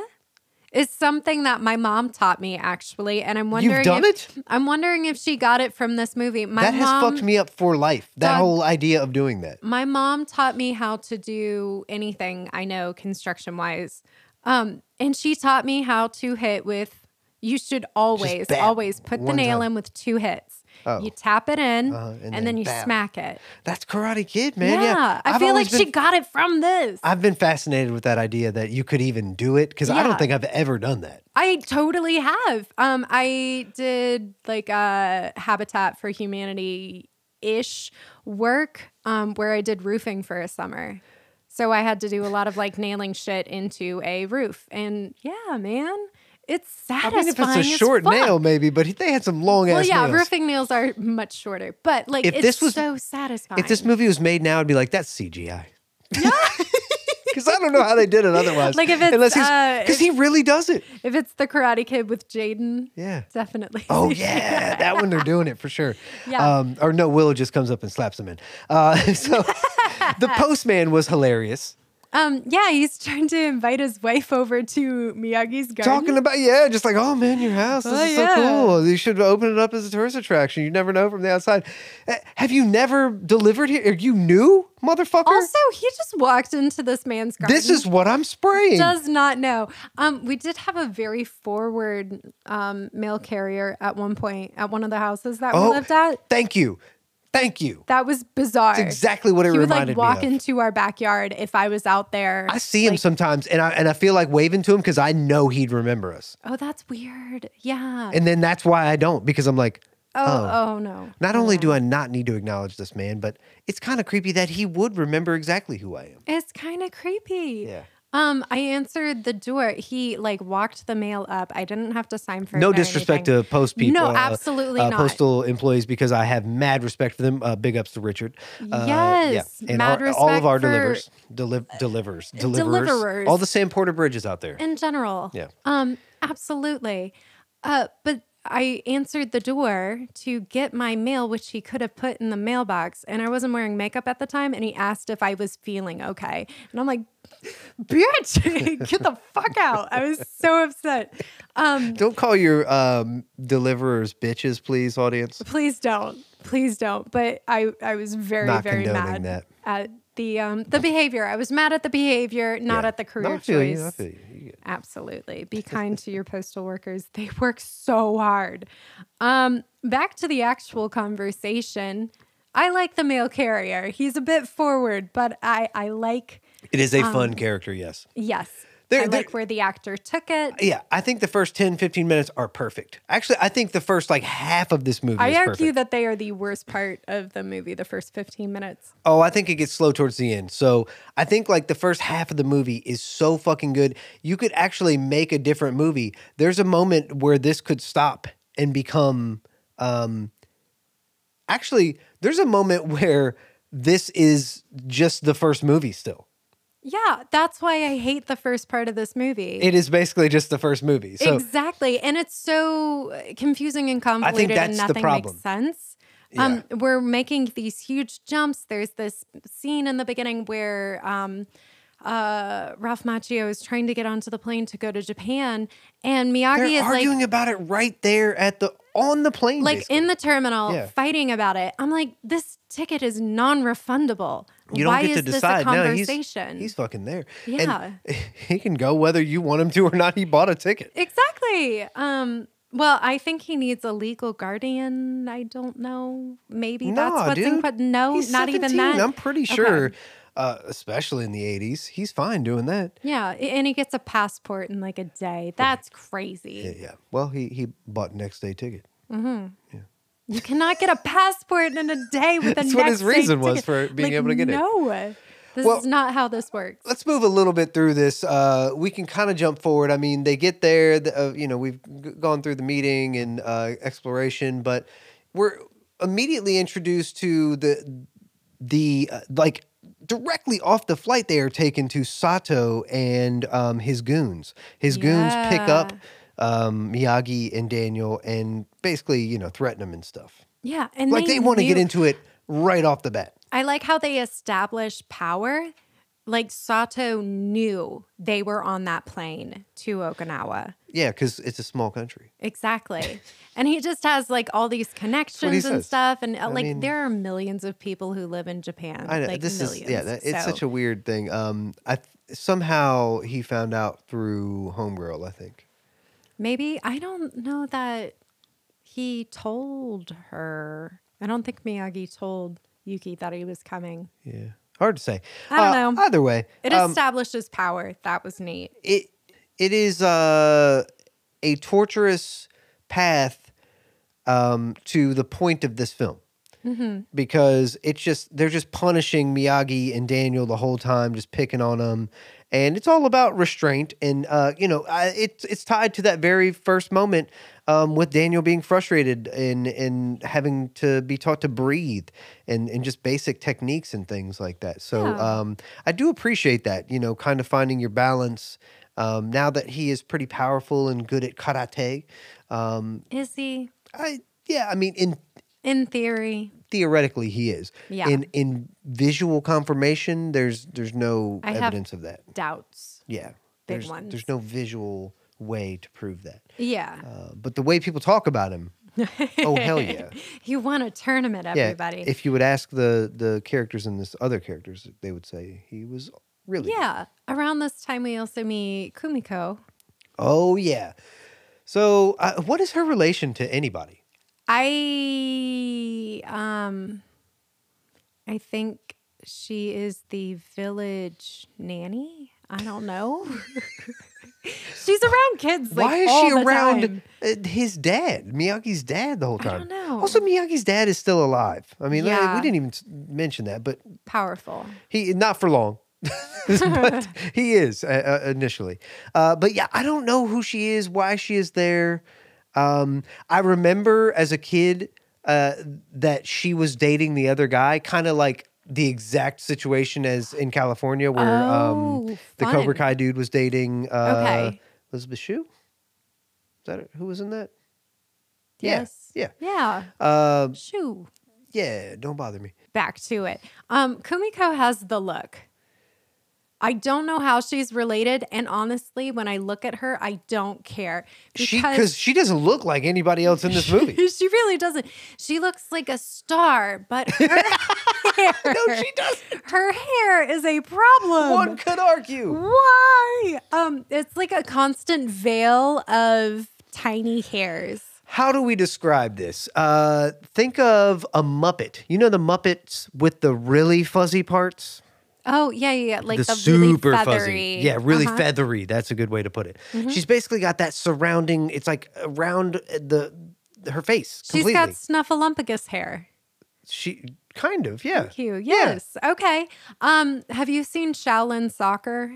[SPEAKER 5] something that my mom taught me actually, and I'm wondering
[SPEAKER 4] done
[SPEAKER 5] if,
[SPEAKER 4] it?
[SPEAKER 5] I'm wondering if she got it from this movie. My
[SPEAKER 4] that
[SPEAKER 5] mom,
[SPEAKER 4] has fucked me up for life. That
[SPEAKER 5] Dog-
[SPEAKER 4] whole idea of doing that.
[SPEAKER 5] My mom taught me how to do anything I know construction wise. Um, and she taught me how to hit with you should always,
[SPEAKER 4] bam,
[SPEAKER 5] always put the
[SPEAKER 4] one
[SPEAKER 5] nail
[SPEAKER 4] time.
[SPEAKER 5] in with two hits.
[SPEAKER 4] Oh.
[SPEAKER 5] You tap it in,
[SPEAKER 4] Uh-huh,
[SPEAKER 5] and,
[SPEAKER 4] and
[SPEAKER 5] then,
[SPEAKER 4] then
[SPEAKER 5] you
[SPEAKER 4] bam.
[SPEAKER 5] smack it.
[SPEAKER 4] That's Karate Kid, man. Yeah,
[SPEAKER 5] I
[SPEAKER 4] I've
[SPEAKER 5] feel like
[SPEAKER 4] always
[SPEAKER 5] she
[SPEAKER 4] been-
[SPEAKER 5] got it from this. I,
[SPEAKER 4] I've been fascinated with that idea that you could even do it because I
[SPEAKER 5] Yeah.
[SPEAKER 4] don't think I've ever done that.
[SPEAKER 5] totally have. Um, I did like a Habitat for Humanity ish work um, where I did roofing for a summer. So I had to do a lot of like nailing shit into a roof, and yeah, man, it's
[SPEAKER 4] I
[SPEAKER 5] satisfying.
[SPEAKER 4] mean, if it's a
[SPEAKER 5] as
[SPEAKER 4] short
[SPEAKER 5] fuck.
[SPEAKER 4] nail, maybe, but he- they had some long
[SPEAKER 5] Well,
[SPEAKER 4] ass
[SPEAKER 5] yeah,
[SPEAKER 4] nails.
[SPEAKER 5] roofing nails are much shorter, but like
[SPEAKER 4] If
[SPEAKER 5] it's
[SPEAKER 4] this was-
[SPEAKER 5] so satisfying.
[SPEAKER 4] if this movie was made now, I'd be like, that's CGI. Because I don't know how they did it otherwise.
[SPEAKER 5] Like, if it's,
[SPEAKER 4] unless he's
[SPEAKER 5] uh,
[SPEAKER 4] because he really does it.
[SPEAKER 5] if it's the Karate Kid with Jaden,
[SPEAKER 4] Yeah.
[SPEAKER 5] definitely.
[SPEAKER 4] Oh yeah, that one they're doing it for sure.
[SPEAKER 5] Yeah.
[SPEAKER 4] Um, or no, Willow just comes up and slaps him in. Uh, so the postman was hilarious.
[SPEAKER 5] Um, yeah, he's trying to invite his wife over to Miyagi's garden.
[SPEAKER 4] Talking about yeah, just like oh man, your house this
[SPEAKER 5] Oh,
[SPEAKER 4] is so
[SPEAKER 5] yeah.
[SPEAKER 4] cool. You should open it up as a tourist attraction. You never know from the outside. Uh, Have you never delivered here? Are you new, motherfucker?
[SPEAKER 5] also, he just walked into this man's garden.
[SPEAKER 4] this is what I'm spraying.
[SPEAKER 5] does not know. Um, we did have a very forward um, mail carrier at one point at one of the houses that
[SPEAKER 4] Oh.
[SPEAKER 5] we lived at.
[SPEAKER 4] Thank you, thank you.
[SPEAKER 5] That was bizarre.
[SPEAKER 4] That's exactly what it
[SPEAKER 5] he would
[SPEAKER 4] reminded
[SPEAKER 5] like walk
[SPEAKER 4] me of.
[SPEAKER 5] into our backyard if I was out there.
[SPEAKER 4] I see him
[SPEAKER 5] like,
[SPEAKER 4] sometimes, and I and I feel like waving to him because I know he'd remember us,
[SPEAKER 5] Oh, that's weird. Yeah.
[SPEAKER 4] and then that's why I don't because I'm like,
[SPEAKER 5] oh, oh, no.
[SPEAKER 4] Not only do I not need to acknowledge this man, but it's kind of creepy that he would remember exactly who I am.
[SPEAKER 5] It's kind of creepy.
[SPEAKER 4] Yeah.
[SPEAKER 5] Um, I answered the door. He like walked the mail up. I didn't have to sign for it
[SPEAKER 4] No
[SPEAKER 5] or
[SPEAKER 4] disrespect
[SPEAKER 5] anything.
[SPEAKER 4] to post people.
[SPEAKER 5] No,
[SPEAKER 4] uh,
[SPEAKER 5] absolutely
[SPEAKER 4] uh,
[SPEAKER 5] not.
[SPEAKER 4] Postal employees, because I have mad respect for them. Uh, big ups to Richard. Uh,
[SPEAKER 5] Yes,
[SPEAKER 4] And
[SPEAKER 5] mad
[SPEAKER 4] our- all
[SPEAKER 5] respect
[SPEAKER 4] of our
[SPEAKER 5] for- uh,
[SPEAKER 4] delivers, deli- delivers, deliverers,
[SPEAKER 5] deliverers.
[SPEAKER 4] all the Sam Porter bridges out there.
[SPEAKER 5] in general.
[SPEAKER 4] Yeah.
[SPEAKER 5] Um, absolutely. Uh, but I answered the door to get my mail, which he could have put in the mailbox, and I wasn't wearing makeup at the time. And he asked if I was feeling okay, and I'm like, "Bitch, get the fuck out!" I was so upset. Um,
[SPEAKER 4] Don't call your um, deliverers bitches, please, audience.
[SPEAKER 5] please don't, please don't. But I, I was very,
[SPEAKER 4] Not
[SPEAKER 5] very
[SPEAKER 4] condoning
[SPEAKER 5] mad
[SPEAKER 4] that.
[SPEAKER 5] at the um the behavior. I was mad at the behavior, not
[SPEAKER 4] Yeah.
[SPEAKER 5] at the career
[SPEAKER 4] No, I feel
[SPEAKER 5] choice.
[SPEAKER 4] you. I feel you. You get-
[SPEAKER 5] Absolutely. Be kind to your postal workers. They work so hard. Um, back to the actual conversation. I like the mail carrier. He's a bit forward, but I, I like,
[SPEAKER 4] It is a
[SPEAKER 5] Um,
[SPEAKER 4] fun character, yes.
[SPEAKER 5] yes.
[SPEAKER 4] There-
[SPEAKER 5] I
[SPEAKER 4] there-
[SPEAKER 5] like where the actor took it.
[SPEAKER 4] Yeah, I think the first 10, 15 minutes are perfect. Actually, I think the first like half of this movie
[SPEAKER 5] I
[SPEAKER 4] is
[SPEAKER 5] argue
[SPEAKER 4] perfect.
[SPEAKER 5] that they are the worst part of the movie, the first 15 minutes.
[SPEAKER 4] Oh, I think it gets slow towards the end. So I think like the first half of the movie is so fucking good. You could actually make a different movie. There's a moment where this could stop and become. Um, actually, there's a moment where this is just the first movie still.
[SPEAKER 5] Yeah, that's why I hate the first part of this movie.
[SPEAKER 4] It is basically just the first movie. So
[SPEAKER 5] exactly, and it's so uh, confusing and convoluted,
[SPEAKER 4] that's
[SPEAKER 5] and
[SPEAKER 4] the
[SPEAKER 5] nothing
[SPEAKER 4] problem.
[SPEAKER 5] makes sense. Um, We're making these huge jumps. There's this scene in the beginning where um, uh, Ralph Macchio is trying to get onto the plane to go to Japan, and
[SPEAKER 4] they're
[SPEAKER 5] Miyagi is
[SPEAKER 4] arguing
[SPEAKER 5] like.
[SPEAKER 4] about it right there at the on the plane.
[SPEAKER 5] Like
[SPEAKER 4] basically.
[SPEAKER 5] in the terminal,
[SPEAKER 4] Yeah.
[SPEAKER 5] fighting about it. I'm like, this ticket is non-refundable.
[SPEAKER 4] You don't
[SPEAKER 5] Why
[SPEAKER 4] get to
[SPEAKER 5] is this
[SPEAKER 4] decide.
[SPEAKER 5] a
[SPEAKER 4] No, he's,
[SPEAKER 5] conversation?
[SPEAKER 4] he's fucking there.
[SPEAKER 5] Yeah.
[SPEAKER 4] And he can go whether you want him to or not. He bought a ticket.
[SPEAKER 5] Exactly. Um, well, I think he needs a legal guardian. I don't know. Maybe that's what's in but no,
[SPEAKER 4] He's
[SPEAKER 5] not even
[SPEAKER 4] 17.
[SPEAKER 5] that.
[SPEAKER 4] I'm pretty
[SPEAKER 5] Okay.
[SPEAKER 4] sure, uh, especially in the 80s, he's fine doing that.
[SPEAKER 5] Yeah, a- and he gets a passport in like a day. That's crazy.
[SPEAKER 4] Yeah, yeah. Well, he, he bought next day ticket.
[SPEAKER 5] You cannot get a passport in a day with a
[SPEAKER 4] That's
[SPEAKER 5] next
[SPEAKER 4] what his
[SPEAKER 5] day
[SPEAKER 4] reason was
[SPEAKER 5] ticket.
[SPEAKER 4] for being
[SPEAKER 5] Like,
[SPEAKER 4] able to get it.
[SPEAKER 5] no. No. This
[SPEAKER 4] Well-
[SPEAKER 5] is not how this works.
[SPEAKER 4] Let's move a little bit through this. Uh, we can kind of jump forward. I mean, they get there. The, uh, you know, we've g- gone through the meeting and uh, exploration, but we're immediately introduced to the the uh, like directly off the flight they are taken to Sato and um, his goons. His goons pick up um, Miyagi and Daniel and basically you know threaten them and stuff.
[SPEAKER 5] Yeah, and
[SPEAKER 4] Like they, want to get
[SPEAKER 5] knew-
[SPEAKER 4] into it right off the bat.
[SPEAKER 5] I like how they establish power. Like Sato knew they were on that plane to Okinawa.
[SPEAKER 4] Yeah, because it's a small country.
[SPEAKER 5] Exactly. and he just has like all these connections and
[SPEAKER 4] says.
[SPEAKER 5] stuff. And uh, like
[SPEAKER 4] mean-
[SPEAKER 5] there are millions of people who live in Japan.
[SPEAKER 4] I know
[SPEAKER 5] like
[SPEAKER 4] this
[SPEAKER 5] millions.
[SPEAKER 4] is yeah. That, it's such
[SPEAKER 5] So,
[SPEAKER 4] a weird thing. Um, I th- somehow he found out through Homegirl. I think
[SPEAKER 5] maybe I don't know that he told her. I don't think Miyagi told Yuki that he was coming.
[SPEAKER 4] Yeah. Hard to say. Uh,
[SPEAKER 5] I don't know.
[SPEAKER 4] Either way,
[SPEAKER 5] It
[SPEAKER 4] um,
[SPEAKER 5] established his power. That was neat.
[SPEAKER 4] it it is uh, a torturous path um, to the point of this film because it's just they're just punishing Miyagi and Daniel the whole time, just picking on them, and it's all about restraint and uh, you know I, it's it's tied to that very first moment um, with Daniel being frustrated and and having to be taught to breathe and and just basic techniques and things like that. So
[SPEAKER 5] Yeah.
[SPEAKER 4] um, I do appreciate that you know kind of finding your balance. Um, now that he is pretty powerful and good at karate, um,
[SPEAKER 5] Is he?
[SPEAKER 4] I yeah, I mean in
[SPEAKER 5] In theory,
[SPEAKER 4] theoretically he is.
[SPEAKER 5] Yeah.
[SPEAKER 4] In in visual confirmation, there's there's no
[SPEAKER 5] I have-
[SPEAKER 4] evidence of that.
[SPEAKER 5] doubts.
[SPEAKER 4] Yeah.
[SPEAKER 5] big
[SPEAKER 4] there's,
[SPEAKER 5] ones.
[SPEAKER 4] There's no visual way to prove that.
[SPEAKER 5] Yeah.
[SPEAKER 4] Uh, but the way people talk about him, oh hell yeah,
[SPEAKER 5] He won a tournament, everybody.
[SPEAKER 4] yeah. If you would ask the the characters in this other characters, they would say he was really.
[SPEAKER 5] yeah. Around this time, we also meet Kumiko.
[SPEAKER 4] Oh yeah. So uh, what is her relation to anybody?
[SPEAKER 5] I um I think she is the village nanny. I don't know. She's around kids. Like,
[SPEAKER 4] Why is
[SPEAKER 5] all
[SPEAKER 4] she
[SPEAKER 5] the
[SPEAKER 4] around
[SPEAKER 5] time.
[SPEAKER 4] uh his dad, Miyagi's dad, the whole
[SPEAKER 5] I
[SPEAKER 4] time?
[SPEAKER 5] don't know.
[SPEAKER 4] Also, Miyagi's dad is still alive. I mean, like,
[SPEAKER 5] Yeah.
[SPEAKER 4] we didn't even s- mention that, but
[SPEAKER 5] Powerful.
[SPEAKER 4] he not for long. but he is uh, uh, initially. Uh, but yeah, I don't know who she is, why she is there. Um, I remember as a kid uh, that she was dating the other guy, kind of like the exact situation as in California where um,
[SPEAKER 5] Oh,
[SPEAKER 4] the Cobra
[SPEAKER 5] fun.
[SPEAKER 4] Kai dude was dating uh,
[SPEAKER 5] Okay.
[SPEAKER 4] Elizabeth Shue. Is that it? who was in that? Yeah,
[SPEAKER 5] Yes.
[SPEAKER 4] yeah.
[SPEAKER 5] Yeah.
[SPEAKER 4] Uh,
[SPEAKER 5] Shoo.
[SPEAKER 4] yeah, don't bother me.
[SPEAKER 5] Back to it. Um, Kumiko has the look. I don't know how she's related, and honestly, when I look at her, I don't care
[SPEAKER 4] She because she doesn't look like anybody else in this movie.
[SPEAKER 5] she really doesn't. She looks like a star, but her hair.
[SPEAKER 4] no, she doesn't.
[SPEAKER 5] Her hair is a problem.
[SPEAKER 4] One could argue.
[SPEAKER 5] Why? Um, it's like a constant veil of tiny hairs.
[SPEAKER 4] How do we describe this? Uh, think of a Muppet. You know the Muppets with the really fuzzy parts?
[SPEAKER 5] Oh yeah, yeah, yeah. Like the, really feathery.
[SPEAKER 4] Yeah, really
[SPEAKER 5] Uh-huh. Mm-hmm.
[SPEAKER 4] feathery. That's a good way to put it. She's basically got that surrounding, it's like around the her face
[SPEAKER 5] She's
[SPEAKER 4] completely.
[SPEAKER 5] got snuffleumpagus hair.
[SPEAKER 4] she kind of, yeah.
[SPEAKER 5] Thank you. Yes. Okay. Um, have you seen Shaolin Soccer?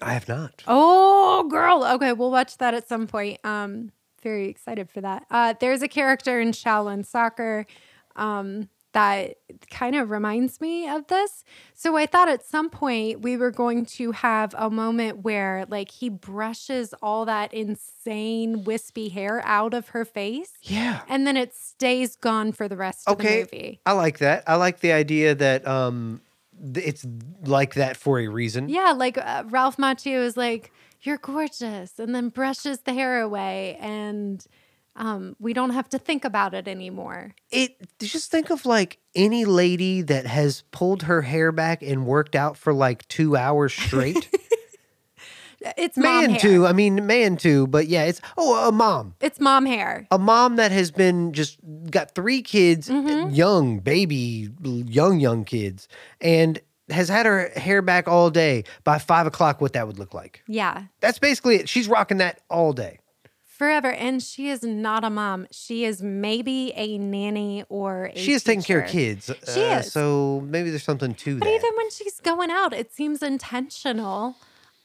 [SPEAKER 4] I have not.
[SPEAKER 5] Oh, girl. Okay, we'll watch that at some point. Um, very excited for that. Uh, there's a character in Shaolin Soccer um, that kind of reminds me of this. So I thought at some point we were going to have a moment where, like, he brushes all that insane wispy hair out of her face,
[SPEAKER 4] Yeah.
[SPEAKER 5] and then it stays gone for the rest
[SPEAKER 4] Okay.
[SPEAKER 5] of the movie.
[SPEAKER 4] I like that. I like the idea that um th- it's like that for a reason.
[SPEAKER 5] Yeah, like uh, Ralph Macchio is like, "You're gorgeous," and then brushes the hair away, and um, we don't have to think about it anymore.
[SPEAKER 4] it just think of like any lady that has pulled her hair back and worked out for like two hours straight.
[SPEAKER 5] It's mom
[SPEAKER 4] man
[SPEAKER 5] hair.
[SPEAKER 4] too. I mean man too, but yeah, it's oh a mom.
[SPEAKER 5] It's mom hair.
[SPEAKER 4] A mom that has been just got three kids,
[SPEAKER 5] Mm-hmm.
[SPEAKER 4] young baby, young, young kids, and has had her hair back all day by five o'clock, what that would look like.
[SPEAKER 5] Yeah,
[SPEAKER 4] That's basically it. She's rocking that all day.
[SPEAKER 5] forever. And she is not a mom. She is maybe a nanny or a
[SPEAKER 4] She is taking care of
[SPEAKER 5] teacher.
[SPEAKER 4] kids. uh,
[SPEAKER 5] She is.
[SPEAKER 4] So maybe there's something to
[SPEAKER 5] But
[SPEAKER 4] that.
[SPEAKER 5] even when she's going out, it seems intentional.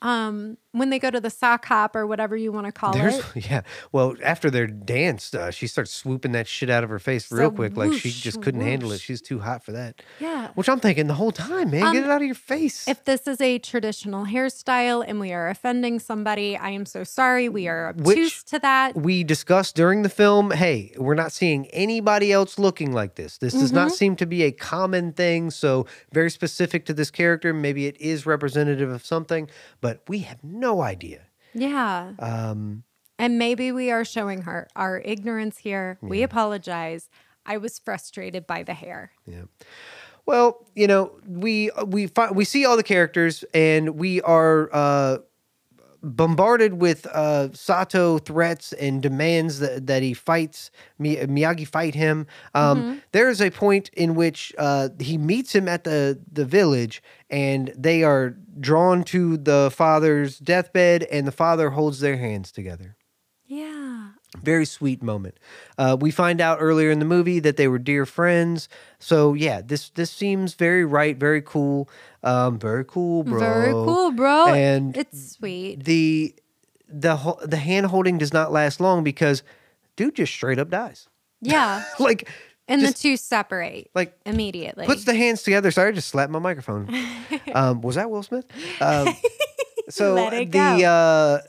[SPEAKER 5] Um, when they go to the sock hop or whatever you want to call
[SPEAKER 4] There's,
[SPEAKER 5] it.
[SPEAKER 4] yeah. Well, after their dance, uh, she starts swooping that shit out of her face
[SPEAKER 5] So
[SPEAKER 4] real quick. Like she
[SPEAKER 5] whoosh,
[SPEAKER 4] just couldn't handle it.
[SPEAKER 5] whoosh.
[SPEAKER 4] She's too hot for that.
[SPEAKER 5] Yeah.
[SPEAKER 4] Which I'm thinking the whole time, man. Get it
[SPEAKER 5] Um,
[SPEAKER 4] out of your face.
[SPEAKER 5] If this is a traditional hairstyle and we are offending somebody, I am so sorry. We are obtuse
[SPEAKER 4] Which-
[SPEAKER 5] to that.
[SPEAKER 4] we discussed during the film, hey, we're not seeing anybody else looking like this. This does
[SPEAKER 5] Mm-hmm.
[SPEAKER 4] not seem to be a common thing. So, very specific to this character. Maybe it is representative of something, but we have no idea.
[SPEAKER 5] Yeah.
[SPEAKER 4] Um,
[SPEAKER 5] And maybe we are showing her our ignorance here. We apologize. I was frustrated by the hair.
[SPEAKER 4] Well, you know, we we fi- we see all the characters, and we are uh, bombarded with uh, Sato threats and demands that, that he fights Mi- Miyagi fight him. Um, there is a point in which uh, he meets him at the the village, and they are drawn to the father's deathbed, and the father holds their hands together.
[SPEAKER 5] Yeah.
[SPEAKER 4] Very sweet moment. Uh, we find out earlier in the movie that they were dear friends. So yeah, this this seems very right, very cool, um, very cool, bro.
[SPEAKER 5] Very cool, bro.
[SPEAKER 4] And
[SPEAKER 5] it's sweet.
[SPEAKER 4] the the ho- the hand holding does not last long because dude just straight up dies.
[SPEAKER 5] Yeah.
[SPEAKER 4] Like
[SPEAKER 5] And
[SPEAKER 4] just-
[SPEAKER 5] the two separate
[SPEAKER 4] like
[SPEAKER 5] immediately.
[SPEAKER 4] puts the hands together. Sorry, I just slapped my microphone. um, was that Will Smith? Um, so
[SPEAKER 5] Let it
[SPEAKER 4] the
[SPEAKER 5] go.
[SPEAKER 4] uh,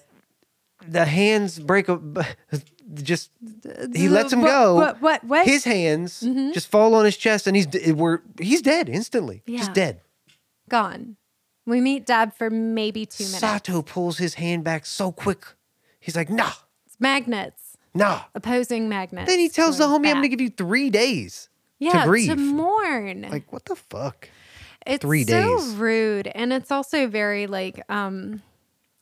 [SPEAKER 4] the hands break up. Just he lets him
[SPEAKER 5] What-
[SPEAKER 4] go.
[SPEAKER 5] what- what- what?
[SPEAKER 4] His hands
[SPEAKER 5] Mm-hmm.
[SPEAKER 4] just fall on his chest, and he's d- we're he's dead instantly.
[SPEAKER 5] Yeah.
[SPEAKER 4] Just dead.
[SPEAKER 5] Gone. We meet Dad for maybe two minutes.
[SPEAKER 4] Sato pulls his hand back so quick. He's like, nah,
[SPEAKER 5] Magnets.
[SPEAKER 4] nah.
[SPEAKER 5] Opposing magnets.
[SPEAKER 4] Then he tells the
[SPEAKER 5] going
[SPEAKER 4] homie, "I'm gonna
[SPEAKER 5] back.
[SPEAKER 4] give you three days."
[SPEAKER 5] yeah,
[SPEAKER 4] grieve.
[SPEAKER 5] mourn.
[SPEAKER 4] Like, what the fuck?
[SPEAKER 5] it's
[SPEAKER 4] three
[SPEAKER 5] so
[SPEAKER 4] days.
[SPEAKER 5] rude. And it's also very like um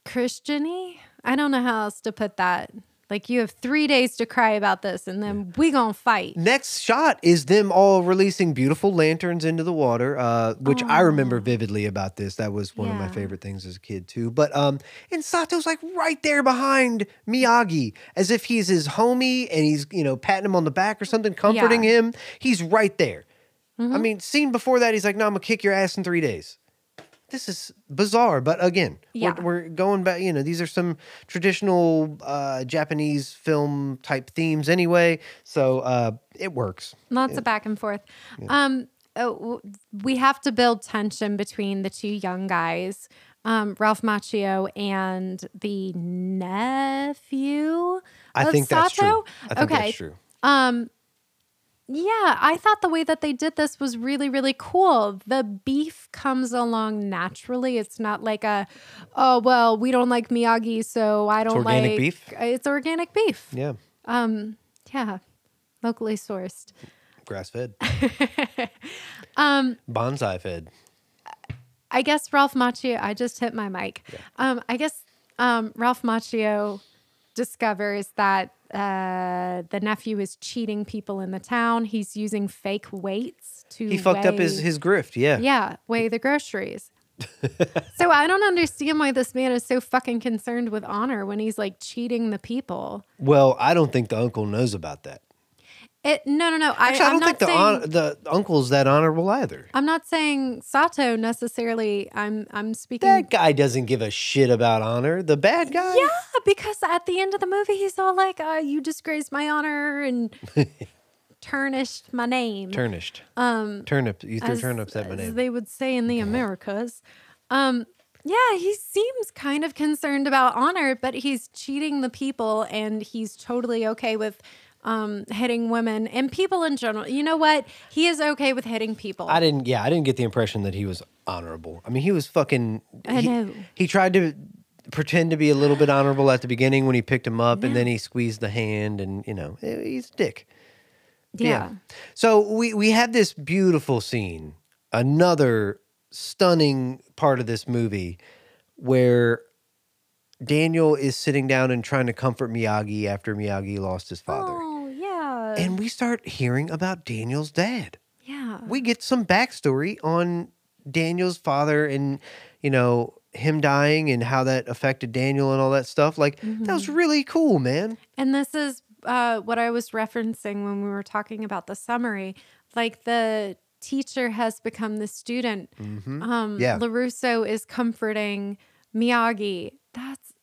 [SPEAKER 5] Christiany. I don't know how else to put that. Like you have three days to cry about this and then we gonna fight.
[SPEAKER 4] Next shot is them all releasing beautiful lanterns into the water, uh, which I remember vividly about this. That was one of my
[SPEAKER 5] Yeah.
[SPEAKER 4] favorite things as a kid too. But um, and Sato's like right there behind Miyagi, as if he's his homie, and he's you know patting him on the back or something, comforting him. He's right there. I mean, seen before that, he's like, "No, I'm gonna kick your ass in three days." This is bizarre, but again,
[SPEAKER 5] Yeah.
[SPEAKER 4] we're, we're going back. You know, these are some traditional uh, Japanese film type themes, anyway. So uh, it works.
[SPEAKER 5] Lots of back and forth. Um, oh, w- we have to build tension between the two young guys, um, Ralph Macchio and the nephew.
[SPEAKER 4] I
[SPEAKER 5] of
[SPEAKER 4] think that's
[SPEAKER 5] Sato.
[SPEAKER 4] true. I think
[SPEAKER 5] okay.
[SPEAKER 4] that's true.
[SPEAKER 5] Yeah, I thought the way that they did this was really, really cool. The beef comes along naturally. It's not like a, oh well, we don't like Miyagi, so I don't
[SPEAKER 4] organic
[SPEAKER 5] like
[SPEAKER 4] beef?
[SPEAKER 5] It's organic beef.
[SPEAKER 4] Yeah,
[SPEAKER 5] yeah, locally sourced.
[SPEAKER 4] grass fed. um, bonsai fed.
[SPEAKER 5] I guess Ralph Macchio. I just hit my mic. Um, I guess um, Ralph Macchio discovers that uh, the nephew is cheating people in the town. He's using fake weights to
[SPEAKER 4] He fucked up his
[SPEAKER 5] weigh-
[SPEAKER 4] his grift. Yeah.
[SPEAKER 5] yeah weigh the groceries. so I don't understand why this man is so fucking concerned with honor when he's like cheating the people.
[SPEAKER 4] Well, I don't think the uncle knows about that.
[SPEAKER 5] It no no no. I,
[SPEAKER 4] Actually, I,
[SPEAKER 5] I'm
[SPEAKER 4] don't
[SPEAKER 5] not
[SPEAKER 4] think the
[SPEAKER 5] saying,
[SPEAKER 4] hon- the uncle's that honorable either.
[SPEAKER 5] I'm not saying Sato necessarily. I'm I'm speaking
[SPEAKER 4] That guy doesn't give a shit about honor. The bad guy.
[SPEAKER 5] Yeah, because at the end of the movie, he's all like, uh, "You disgraced my honor and tarnished my name."
[SPEAKER 4] Turnished. Um, turnip. You threw
[SPEAKER 5] as-
[SPEAKER 4] turnips at my
[SPEAKER 5] as
[SPEAKER 4] name.
[SPEAKER 5] They would say in the Americas. Um, yeah, he seems kind of concerned about honor, but he's cheating the people, and he's totally okay with um, hitting women and people in general. You know what? He is okay with hitting people.
[SPEAKER 4] I didn't. Yeah, I didn't get the impression that he was honorable. I mean, he was fucking.
[SPEAKER 5] I
[SPEAKER 4] he,
[SPEAKER 5] know.
[SPEAKER 4] He tried to pretend to be a little bit honorable at the beginning when he picked him up, and then he squeezed the hand, and you know, eh, he's a dick.
[SPEAKER 5] yeah.
[SPEAKER 4] So we we have this beautiful scene, another stunning part of this movie, where Daniel is sitting down and trying to comfort Miyagi after Miyagi lost his father,
[SPEAKER 5] Oh yeah.
[SPEAKER 4] and we start hearing about Daniel's dad
[SPEAKER 5] yeah.
[SPEAKER 4] we get some backstory on Daniel's father and you know him dying and how that affected Daniel and all that stuff. Like that
[SPEAKER 5] Mm-hmm.
[SPEAKER 4] was really cool, man.
[SPEAKER 5] And this is uh, what I was referencing when we were talking about the summary. Like the teacher has become the student. Um,
[SPEAKER 4] Yeah.
[SPEAKER 5] LaRusso is comforting Miyagi. That's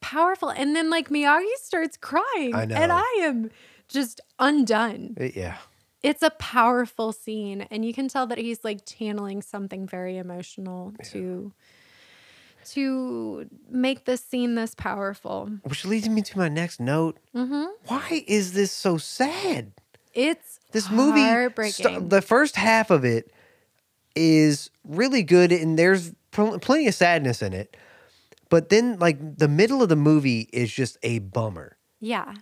[SPEAKER 5] powerful. And then, like, Miyagi starts crying.
[SPEAKER 4] I know.
[SPEAKER 5] And I am just undone.
[SPEAKER 4] Uh, Yeah,
[SPEAKER 5] It's a powerful scene. And you can tell that he's like channeling something very emotional to. To make this scene this powerful,
[SPEAKER 4] which leads me to my next note.
[SPEAKER 5] Mm-hmm.
[SPEAKER 4] Why is this so sad?
[SPEAKER 5] it's
[SPEAKER 4] This movie,
[SPEAKER 5] heartbreaking.
[SPEAKER 4] st- the first half of it is really good, and there's pl- plenty of sadness in it. But then, like the middle of the movie is just a bummer.
[SPEAKER 5] Yeah.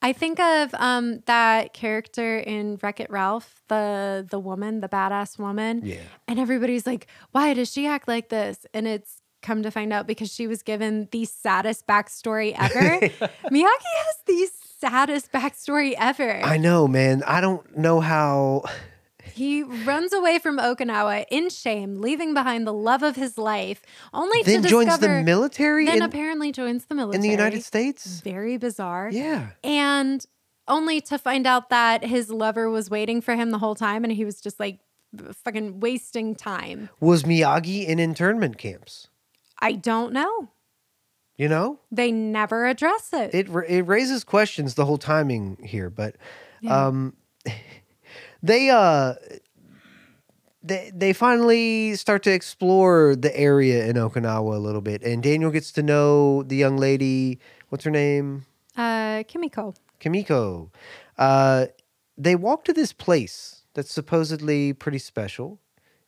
[SPEAKER 5] I think of um, that character in Wreck It Ralph, the the woman, the badass woman.
[SPEAKER 4] Yeah.
[SPEAKER 5] And everybody's like, why does she act like this? And it's come to find out because she was given the saddest backstory ever. Miyagi has the saddest backstory ever.
[SPEAKER 4] I know, man. I don't know how.
[SPEAKER 5] He runs away from Okinawa in shame, leaving behind the love of his life, only
[SPEAKER 4] Then
[SPEAKER 5] to
[SPEAKER 4] joins
[SPEAKER 5] discover,
[SPEAKER 4] the military
[SPEAKER 5] Then
[SPEAKER 4] in,
[SPEAKER 5] apparently joins the military
[SPEAKER 4] in the United States.
[SPEAKER 5] Very bizarre.
[SPEAKER 4] Yeah.
[SPEAKER 5] And only to find out that his lover was waiting for him the whole time, and he was just like b- fucking wasting time.
[SPEAKER 4] Was Miyagi in internment camps?
[SPEAKER 5] I don't know.
[SPEAKER 4] You know,
[SPEAKER 5] They never address it.
[SPEAKER 4] it ra- it raises questions the whole timing here, but
[SPEAKER 5] Yeah.
[SPEAKER 4] um, they uh. They, they finally start to explore the area in Okinawa a little bit, and Daniel gets to know the young lady. What's her name?
[SPEAKER 5] Uh, Kimiko.
[SPEAKER 4] Kimiko. Uh, they walk to this place that's supposedly pretty special.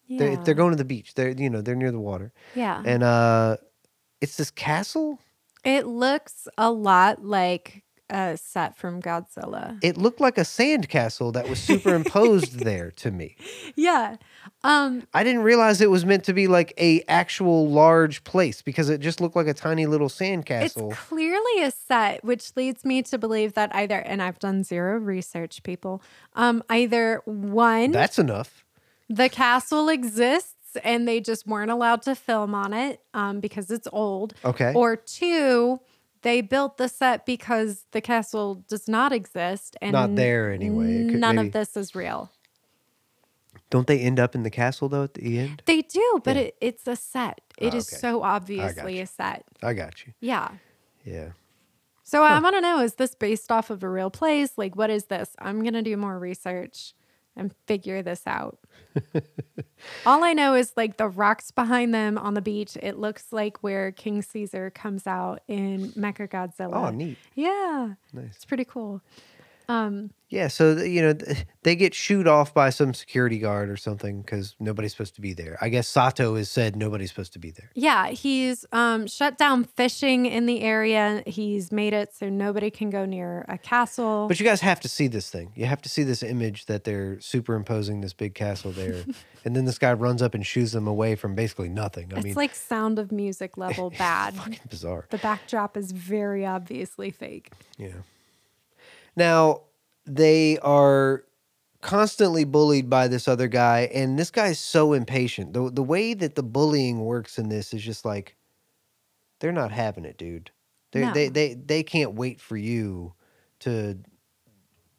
[SPEAKER 5] Yeah. Uh-huh.
[SPEAKER 4] They're, they're going to the beach. They're you know they're near the water,
[SPEAKER 5] yeah.
[SPEAKER 4] and uh, it's this castle.
[SPEAKER 5] It looks a lot like a set from Godzilla.
[SPEAKER 4] It looked like a sand castle that was superimposed there to me.
[SPEAKER 5] Yeah. Um,
[SPEAKER 4] I didn't realize it was meant to be like a actual large place because it just looked like a tiny little sand castle.
[SPEAKER 5] It's clearly a set, which leads me to believe that either, and I've done zero research, people, um, either one,
[SPEAKER 4] That's enough.
[SPEAKER 5] the castle exists and they just weren't allowed to film on it um, because it's old,
[SPEAKER 4] Okay.
[SPEAKER 5] or two, they built the set because the castle does not exist and
[SPEAKER 4] Not there anyway. It could
[SPEAKER 5] none
[SPEAKER 4] maybe-
[SPEAKER 5] of this is real.
[SPEAKER 4] Don't they end up in the castle though at the end?
[SPEAKER 5] They do, but it, it's a set. It is
[SPEAKER 4] Ah, okay.
[SPEAKER 5] so obviously
[SPEAKER 4] you.
[SPEAKER 5] a set.
[SPEAKER 4] I got you.
[SPEAKER 5] Yeah.
[SPEAKER 4] Yeah.
[SPEAKER 5] So I want to know is this based off of a real place? Like, what is this? I'm going to do more research and figure this out. All I know is like the rocks behind them on the beach. It looks like where King Caesar comes out in Mecha Godzilla.
[SPEAKER 4] Oh, neat.
[SPEAKER 5] Yeah.
[SPEAKER 4] Nice.
[SPEAKER 5] It's pretty cool.
[SPEAKER 4] Yeah, so th- you know th- they get shooed off by some security guard or something because nobody's supposed to be there. I guess Sato has said nobody's supposed to be there.
[SPEAKER 5] Yeah, he's um, shut down fishing in the area. He's made it so nobody can go near a castle.
[SPEAKER 4] But you guys have to see this thing. You have to see this image that they're superimposing this big castle there, and then this guy runs up and shoos them away from basically nothing. I
[SPEAKER 5] it's
[SPEAKER 4] mean,
[SPEAKER 5] like sound of music level bad.
[SPEAKER 4] bizarre.
[SPEAKER 5] The backdrop is very obviously fake.
[SPEAKER 4] Yeah. Now they are constantly bullied by this other guy, and this guy is so impatient. the The way that the bullying works in this is just like they're not having it, dude. They
[SPEAKER 5] No.
[SPEAKER 4] they they they can't wait for you to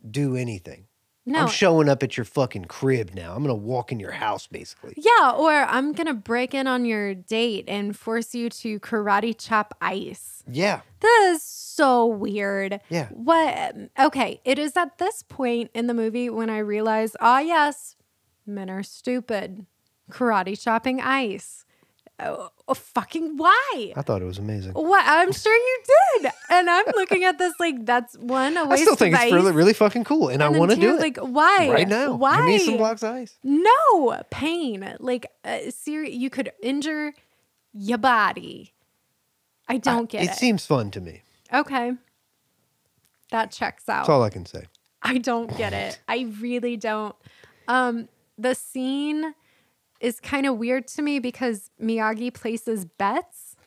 [SPEAKER 4] do anything.
[SPEAKER 5] No,
[SPEAKER 4] I'm showing up at your fucking crib now. I'm gonna walk in your house, basically.
[SPEAKER 5] Yeah, or I'm gonna break in on your date and force you to karate chop ice.
[SPEAKER 4] Yeah.
[SPEAKER 5] That is so weird.
[SPEAKER 4] Yeah.
[SPEAKER 5] What? Okay, it is at this point in the movie when I realize, ah, yes, men are stupid. Karate chopping ice. Oh, oh, fucking why?
[SPEAKER 4] I thought it was amazing.
[SPEAKER 5] What? I'm sure you did. And I'm looking at this like that's one a
[SPEAKER 4] I
[SPEAKER 5] waste
[SPEAKER 4] still think
[SPEAKER 5] of
[SPEAKER 4] it's
[SPEAKER 5] ice.
[SPEAKER 4] really, really fucking cool, and,
[SPEAKER 5] and
[SPEAKER 4] I
[SPEAKER 5] then
[SPEAKER 4] want to
[SPEAKER 5] two,
[SPEAKER 4] do it
[SPEAKER 5] Like why?
[SPEAKER 4] right now.
[SPEAKER 5] Why?
[SPEAKER 4] Give me some blocks of ice.
[SPEAKER 5] No pain. Like, uh, seri- you could injure your body. I don't get it.
[SPEAKER 4] It seems fun to me.
[SPEAKER 5] okay. That checks out.
[SPEAKER 4] That's all I can say.
[SPEAKER 5] I don't get it. I really don't. Um, the scene is kind of weird to me because Miyagi places bets.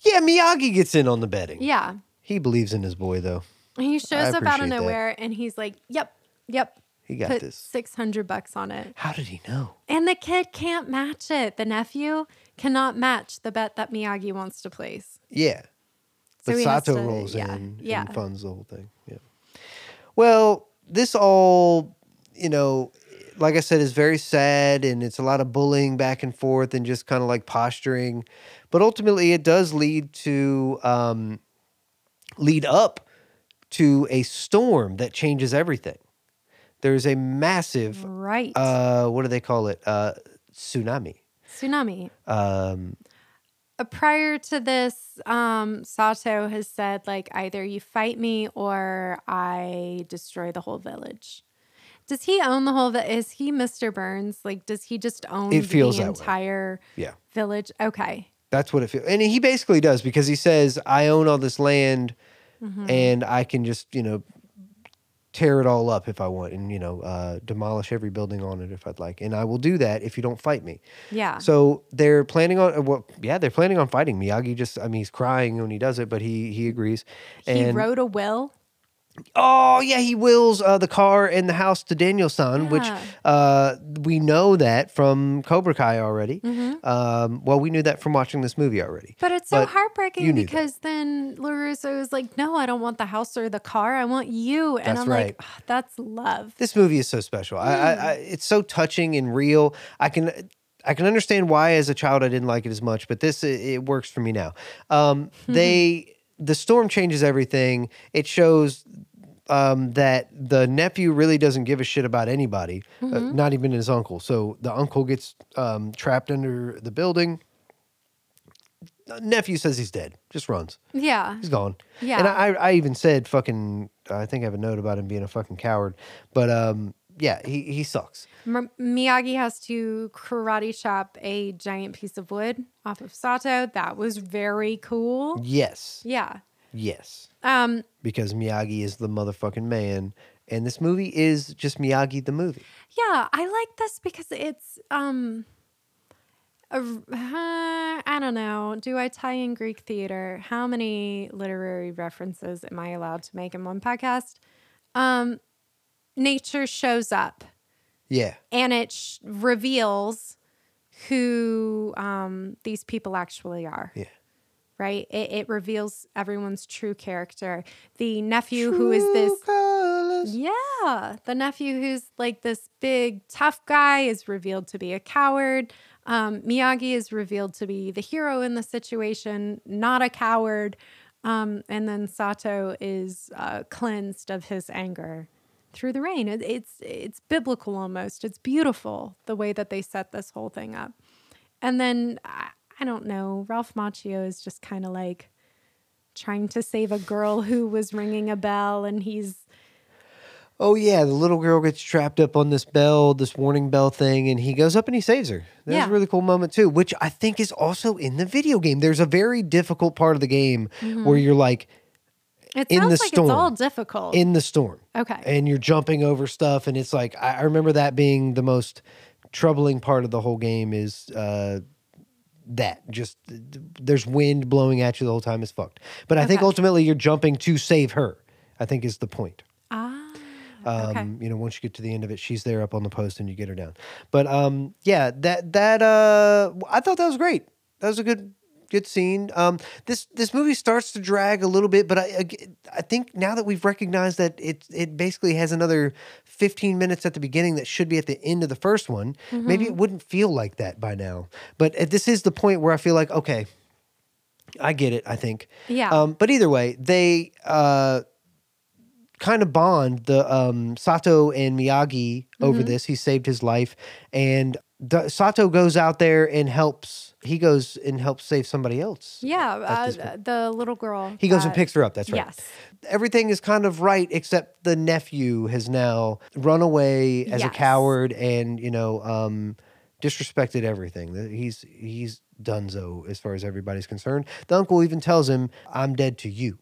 [SPEAKER 4] Yeah, Miyagi gets in on the betting.
[SPEAKER 5] Yeah.
[SPEAKER 4] He believes in his boy, though.
[SPEAKER 5] He shows up out of
[SPEAKER 4] appreciate that.
[SPEAKER 5] nowhere and he's like, yep, yep.
[SPEAKER 4] He got
[SPEAKER 5] put
[SPEAKER 4] this.
[SPEAKER 5] 600 bucks on it.
[SPEAKER 4] How did he know?
[SPEAKER 5] And the kid can't match it. The nephew cannot match the bet that Miyagi wants to place.
[SPEAKER 4] Yeah.
[SPEAKER 5] So
[SPEAKER 4] but
[SPEAKER 5] he has
[SPEAKER 4] Sato
[SPEAKER 5] to-
[SPEAKER 4] rolls
[SPEAKER 5] yeah,
[SPEAKER 4] in
[SPEAKER 5] yeah.
[SPEAKER 4] and funds the whole thing. Yeah. Well, this all, you know, like I said, is very sad and it's a lot of bullying back and forth and just kind of like posturing. But ultimately, it does lead to, um, lead up to a storm that changes everything. There's a massive,
[SPEAKER 5] Right.
[SPEAKER 4] uh, what do they call it? Uh, tsunami.
[SPEAKER 5] Tsunami.
[SPEAKER 4] Um,
[SPEAKER 5] Uh, prior to this, um, Sato has said, like, either you fight me or I destroy the whole village. Does he own the whole village? Is he Mr. Burns? Like, does he just own
[SPEAKER 4] It feels
[SPEAKER 5] the
[SPEAKER 4] that way.
[SPEAKER 5] entire
[SPEAKER 4] yeah,
[SPEAKER 5] village? Okay.
[SPEAKER 4] that's what it feels. And he basically does because
[SPEAKER 5] Mm-hmm.
[SPEAKER 4] he says, "I own all this land, and I can just you know tear it all up if I want, and you know, uh, demolish every building on it if I'd like, and I will do that if you don't fight me.
[SPEAKER 5] Yeah.
[SPEAKER 4] So they're planning on uh, well, yeah, they're planning on fighting Miyagi. Just I mean, he's crying when he does it, but he he agrees. And
[SPEAKER 5] Mm-hmm. he wrote a will.
[SPEAKER 4] oh yeah, he wills uh, the car and the house to Daniel-san, which
[SPEAKER 5] Yeah.
[SPEAKER 4] uh, we know that from Cobra Kai already. Um, well, we knew that from watching this movie already.
[SPEAKER 5] Mm-hmm. But it's so
[SPEAKER 4] But you
[SPEAKER 5] heartbreaking
[SPEAKER 4] knew that.
[SPEAKER 5] because then LaRusso is like, no, I don't want the house or the car. I want you. And
[SPEAKER 4] That's
[SPEAKER 5] I'm
[SPEAKER 4] right.
[SPEAKER 5] like, "Ah, that's love.
[SPEAKER 4] This movie is so special. I, I, I, it's so touching and real. I can, I can understand why as a child I didn't like it as much, but this it, it works for me now. Um, they, the storm changes everything. It shows um, that the nephew really doesn't give a shit about anybody, uh, not even his uncle. So the uncle gets um, trapped under the building. Nephew says he's dead. Just runs.
[SPEAKER 5] Yeah.
[SPEAKER 4] He's gone.
[SPEAKER 5] Yeah.
[SPEAKER 4] And I, I even said fucking. I think I have a note about him being a fucking coward. But um, yeah, he he sucks.
[SPEAKER 5] M- Miyagi has to karate chop a giant piece of wood off of Sato. That was very cool.
[SPEAKER 4] Yes,
[SPEAKER 5] Yeah.
[SPEAKER 4] yes.
[SPEAKER 5] Um,
[SPEAKER 4] Because Miyagi is the motherfucking man, and this movie is just Miyagi the movie.
[SPEAKER 5] yeah, I like this because it's um a, uh, I don't know. Do I tie in Greek theater? How many literary references am I allowed to make in one podcast? Um, nature shows up
[SPEAKER 4] Yeah,
[SPEAKER 5] and it sh- reveals who um, these people actually are.
[SPEAKER 4] Yeah.
[SPEAKER 5] Right? It, it reveals everyone's true character. The nephew who is this.
[SPEAKER 4] Colours.
[SPEAKER 5] Yeah. The nephew who's like this big tough guy is revealed to be a coward. Um, Miyagi is revealed to be the hero in the situation, not a coward. Um, and then Sato is uh, cleansed of his anger through the rain. It, it's it's biblical almost. It's beautiful the way that they set this whole thing up. And then I, I don't know. Ralph Macchio is just kind of like trying to save a girl who was ringing a bell, and he's
[SPEAKER 4] Oh yeah, the little girl gets trapped up on this bell, this warning bell thing, and he goes up and he saves her. That was
[SPEAKER 5] Yeah.
[SPEAKER 4] a really cool moment too, which I think is also in the video game. There's a very difficult part of the game
[SPEAKER 5] Mm-hmm.
[SPEAKER 4] where you're like
[SPEAKER 5] It
[SPEAKER 4] in
[SPEAKER 5] sounds
[SPEAKER 4] the
[SPEAKER 5] like
[SPEAKER 4] storm.
[SPEAKER 5] it's all difficult.
[SPEAKER 4] in the storm.
[SPEAKER 5] okay.
[SPEAKER 4] and you're jumping over stuff and it's like i I remember that being the most troubling part of the whole game is uh that just there's wind blowing at you the whole time is fucked but i think
[SPEAKER 5] Okay.
[SPEAKER 4] ultimately you're jumping to save her i think is the point
[SPEAKER 5] ah.
[SPEAKER 4] um
[SPEAKER 5] okay.
[SPEAKER 4] you know once you get to the end of it she's there up on the post and you get her down but um yeah that that uh i thought that was great that was a good good scene um this this movie starts to drag a little bit but i i, I think now that we've recognized that it it basically has another 15 minutes at the beginning that should be at the end of the first one maybe it wouldn't feel like that by now but uh, this is the point where i feel like okay i get it i think
[SPEAKER 5] Yeah.
[SPEAKER 4] um, but either way, they uh, kind of bond the um, Sato and Miyagi
[SPEAKER 5] Mm-hmm.
[SPEAKER 4] over this. He saved his life, and D- Sato goes out there and helps. He goes and helps save somebody else.
[SPEAKER 5] yeah.
[SPEAKER 4] at this
[SPEAKER 5] Uh, the little girl.
[SPEAKER 4] He goes and
[SPEAKER 5] that-
[SPEAKER 4] picks her up. That's right.
[SPEAKER 5] Yes.
[SPEAKER 4] Everything is kind of right except the nephew has now run away as a
[SPEAKER 5] Yes.
[SPEAKER 4] coward and you know um, disrespected everything. Th- He's he's dunzo as far as everybody's concerned. The uncle even tells him, "I'm dead to you."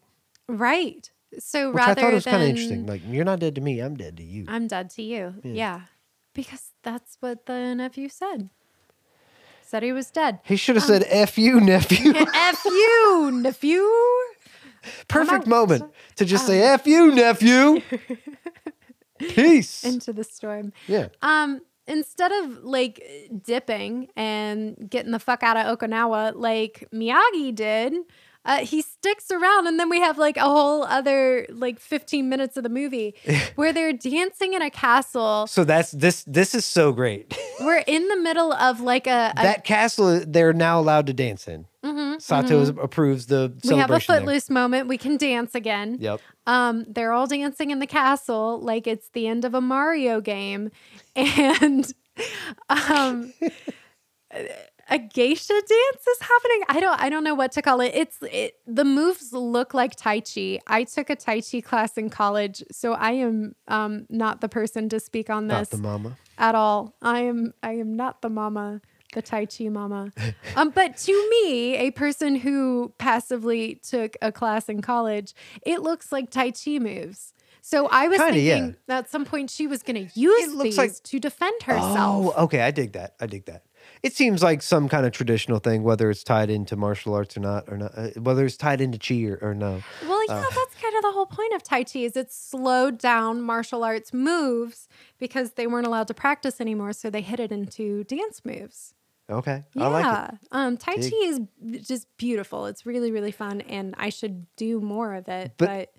[SPEAKER 5] Right. So
[SPEAKER 4] Which
[SPEAKER 5] rather
[SPEAKER 4] I thought it was
[SPEAKER 5] than
[SPEAKER 4] kind of interesting. Like, you're not dead to me, I'm dead to you.
[SPEAKER 5] I'm dead to you. Yeah. Because that's what the nephew said. Said he was dead.
[SPEAKER 4] he should have said, F you, nephew.
[SPEAKER 5] F you, nephew.
[SPEAKER 4] Perfect
[SPEAKER 5] out.
[SPEAKER 4] moment to just say, F you, nephew. Peace.
[SPEAKER 5] Into the storm.
[SPEAKER 4] yeah.
[SPEAKER 5] Um, instead of like dipping and getting the fuck out of Okinawa like Miyagi did, uh, he sticks around, and then we have like a whole other like 15 minutes of the movie where they're dancing in a castle.
[SPEAKER 4] So that's this. This is so great.
[SPEAKER 5] We're in the middle of like a, a
[SPEAKER 4] that castle, they're now allowed to dance in. Sato Mm-hmm, is- approves the celebration.
[SPEAKER 5] we have a
[SPEAKER 4] there.
[SPEAKER 5] footloose moment. We can dance again.
[SPEAKER 4] Yep.
[SPEAKER 5] Um, they're all dancing in the castle like it's the end of a Mario game, and um, a geisha dance is happening. I don't, I don't know what to call it. It's it, the moves look like tai chi. I took a tai chi class in college, so I am um, not the person to speak on
[SPEAKER 4] Not
[SPEAKER 5] this
[SPEAKER 4] the mama.
[SPEAKER 5] at all. I am I am not the mama, the Tai Chi mama. Um, but to me, a person who passively took a class in college, it looks like Tai Chi moves. So I was
[SPEAKER 4] Kinda, yeah.
[SPEAKER 5] thinking at some point she was going to use
[SPEAKER 4] looks
[SPEAKER 5] these
[SPEAKER 4] like-
[SPEAKER 5] to defend herself.
[SPEAKER 4] Oh, okay. I dig that. I dig that. It seems like some kind of traditional thing, whether it's tied into martial arts or not, or not, uh, whether it's tied into chi or, or no.
[SPEAKER 5] Well,
[SPEAKER 4] uh.
[SPEAKER 5] yeah, that's kind of the whole point of Tai Chi is it slowed down martial arts moves because they weren't allowed to practice anymore, so they hid it into dance moves.
[SPEAKER 4] Okay,
[SPEAKER 5] Yeah.
[SPEAKER 4] I like it.
[SPEAKER 5] Um, tai
[SPEAKER 4] Dig.
[SPEAKER 5] Chi is b- just beautiful. It's really, really fun, and I should do more of it.
[SPEAKER 4] But-
[SPEAKER 5] But,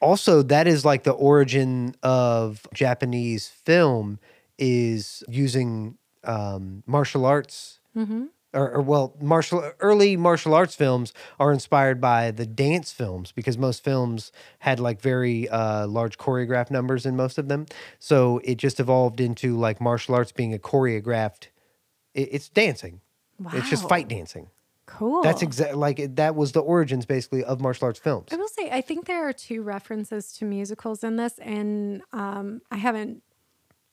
[SPEAKER 4] Also, that is like the origin of Japanese film is using um, martial arts. Or, or well, martial early martial arts films are inspired by the dance films because most films had like very uh, large choreographed numbers in most of them. So it just evolved into like martial arts being a choreographed. It, it's dancing. It's just
[SPEAKER 5] Wow.
[SPEAKER 4] fight dancing.
[SPEAKER 5] cool.
[SPEAKER 4] That's exactly like it- that was the origins basically of martial arts films.
[SPEAKER 5] I will say, I think there are two references to musicals in this, and um, I haven't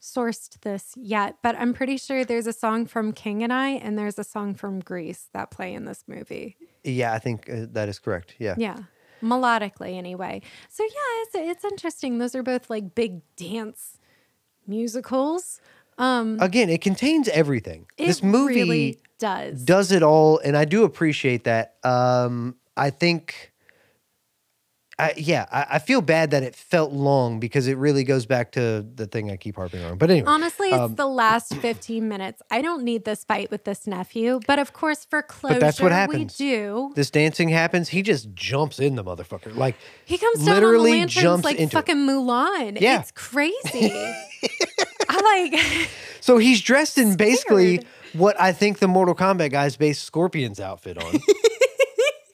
[SPEAKER 5] sourced this yet, but I'm pretty sure there's a song from King and I, and there's a song from Grease that play in this movie.
[SPEAKER 4] Yeah, I think uh, that is correct. Yeah.
[SPEAKER 5] Yeah. Melodically, anyway. So, yeah, it's, it's interesting. Those are both like big dance musicals.
[SPEAKER 4] Again, it contains everything.
[SPEAKER 5] It
[SPEAKER 4] this movie
[SPEAKER 5] really does.
[SPEAKER 4] does it all, and I do appreciate that. Um, I think, I, yeah, I, I feel bad that it felt long because it really goes back to the thing I keep harping on. But anyway,
[SPEAKER 5] Honestly, it's
[SPEAKER 4] Um,
[SPEAKER 5] the last 15 minutes. I don't need this fight with this nephew, but of course, for closure,
[SPEAKER 4] that's what
[SPEAKER 5] we
[SPEAKER 4] happens.
[SPEAKER 5] do.
[SPEAKER 4] this dancing happens. He just jumps in the motherfucker. Like
[SPEAKER 5] He comes down on the
[SPEAKER 4] literally
[SPEAKER 5] lanterns
[SPEAKER 4] jumps
[SPEAKER 5] like
[SPEAKER 4] into it.
[SPEAKER 5] fucking Mulan.
[SPEAKER 4] Yeah.
[SPEAKER 5] It's crazy. I like
[SPEAKER 4] So he's dressed in basically
[SPEAKER 5] Scared.
[SPEAKER 4] what I think the Mortal Kombat guys based Scorpion's outfit on.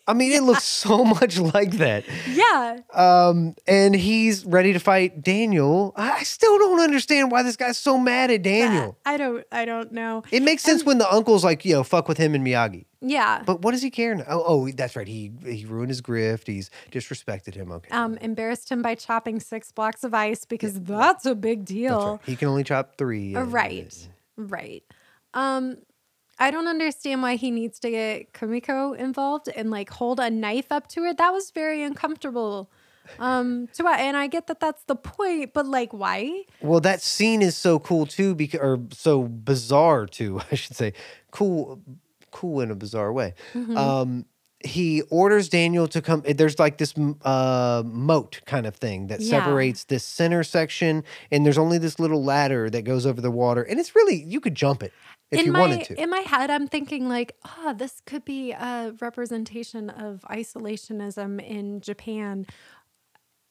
[SPEAKER 4] I mean, it looks so much like that.
[SPEAKER 5] yeah.
[SPEAKER 4] Um, and he's ready to fight Daniel. I I still don't understand why this guy's so mad at Daniel.
[SPEAKER 5] I don't I don't know.
[SPEAKER 4] It makes sense when the uncle's like, you know, fuck with him and Miyagi.
[SPEAKER 5] Yeah.
[SPEAKER 4] But what does he care now? Oh, oh that's right. He he ruined his grift. He's disrespected him. Okay.
[SPEAKER 5] um embarrassed him by chopping six blocks of ice because that's a big
[SPEAKER 4] That's
[SPEAKER 5] deal.
[SPEAKER 4] right. He can only chop three.
[SPEAKER 5] Uh,
[SPEAKER 4] and-
[SPEAKER 5] Right. Right. Um I don't understand why he needs to get Kumiko involved and like hold a knife up to her. That was very uncomfortable. Um to and I get that that's the point, but like why?
[SPEAKER 4] Well, that scene is so cool too, because or so bizarre too, I should say, cool, cool in a bizarre way.
[SPEAKER 5] Mm-hmm.
[SPEAKER 4] Um, he orders Daniel to come. eh, There's like this m- uh, moat kind of thing that
[SPEAKER 5] Yeah.
[SPEAKER 4] separates this center section, and there's only this little ladder that goes over the water, and it's really you could jump it if
[SPEAKER 5] in
[SPEAKER 4] you
[SPEAKER 5] my
[SPEAKER 4] wanted to.
[SPEAKER 5] in my head, I'm thinking like, oh, this could be a representation of isolationism in Japan.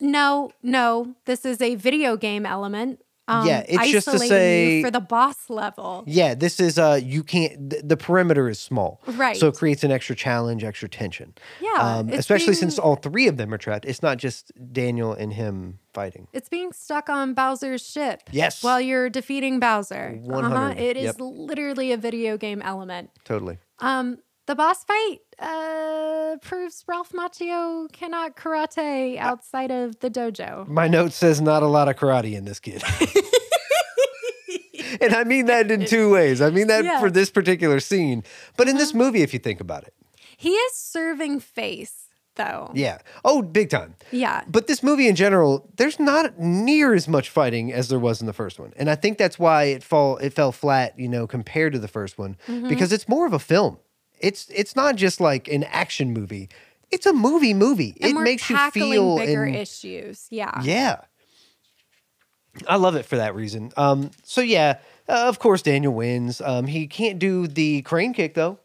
[SPEAKER 5] No, no, this is a video game element.
[SPEAKER 4] Yeah, it's just to
[SPEAKER 5] isolating
[SPEAKER 4] say-
[SPEAKER 5] you for the boss level.
[SPEAKER 4] yeah, this is uh you can't th- the perimeter is small.
[SPEAKER 5] Right.
[SPEAKER 4] So it creates an extra challenge, extra tension.
[SPEAKER 5] Yeah,
[SPEAKER 4] Um,
[SPEAKER 5] it's
[SPEAKER 4] especially since
[SPEAKER 5] being-
[SPEAKER 4] all three of them are trapped. It's not just Daniel and him fighting.
[SPEAKER 5] It's being stuck on Bowser's ship.
[SPEAKER 4] Yes.
[SPEAKER 5] While you're defeating Bowser. Uh-huh.
[SPEAKER 4] 100,
[SPEAKER 5] It is
[SPEAKER 4] yep.
[SPEAKER 5] literally a video game element.
[SPEAKER 4] Totally.
[SPEAKER 5] Um, the boss fight uh, proves Ralph Macchio cannot
[SPEAKER 4] Uh,
[SPEAKER 5] karate outside of the dojo.
[SPEAKER 4] My note says not a lot of karate in this kid. and I mean that in two ways. I mean that
[SPEAKER 5] Yeah. Uh-huh.
[SPEAKER 4] for this particular scene, but in this movie, if you think about it,
[SPEAKER 5] He is serving face, though.
[SPEAKER 4] yeah. Oh, big time.
[SPEAKER 5] Yeah.
[SPEAKER 4] But this movie in general, there's not near as much fighting as there was in the first one, and I think that's why it fall it fell flat, you know, compared to the first one,
[SPEAKER 5] Mm-hmm.
[SPEAKER 4] because it's more of a film. It's it's not just like an action movie. It's a movie movie.
[SPEAKER 5] And
[SPEAKER 4] it
[SPEAKER 5] we're
[SPEAKER 4] makes you
[SPEAKER 5] tackling
[SPEAKER 4] feel
[SPEAKER 5] bigger
[SPEAKER 4] and,
[SPEAKER 5] issues. Yeah.
[SPEAKER 4] Yeah. I love it for that reason. Um, so yeah, uh, of course Daniel wins. Um, he can't do the crane kick though.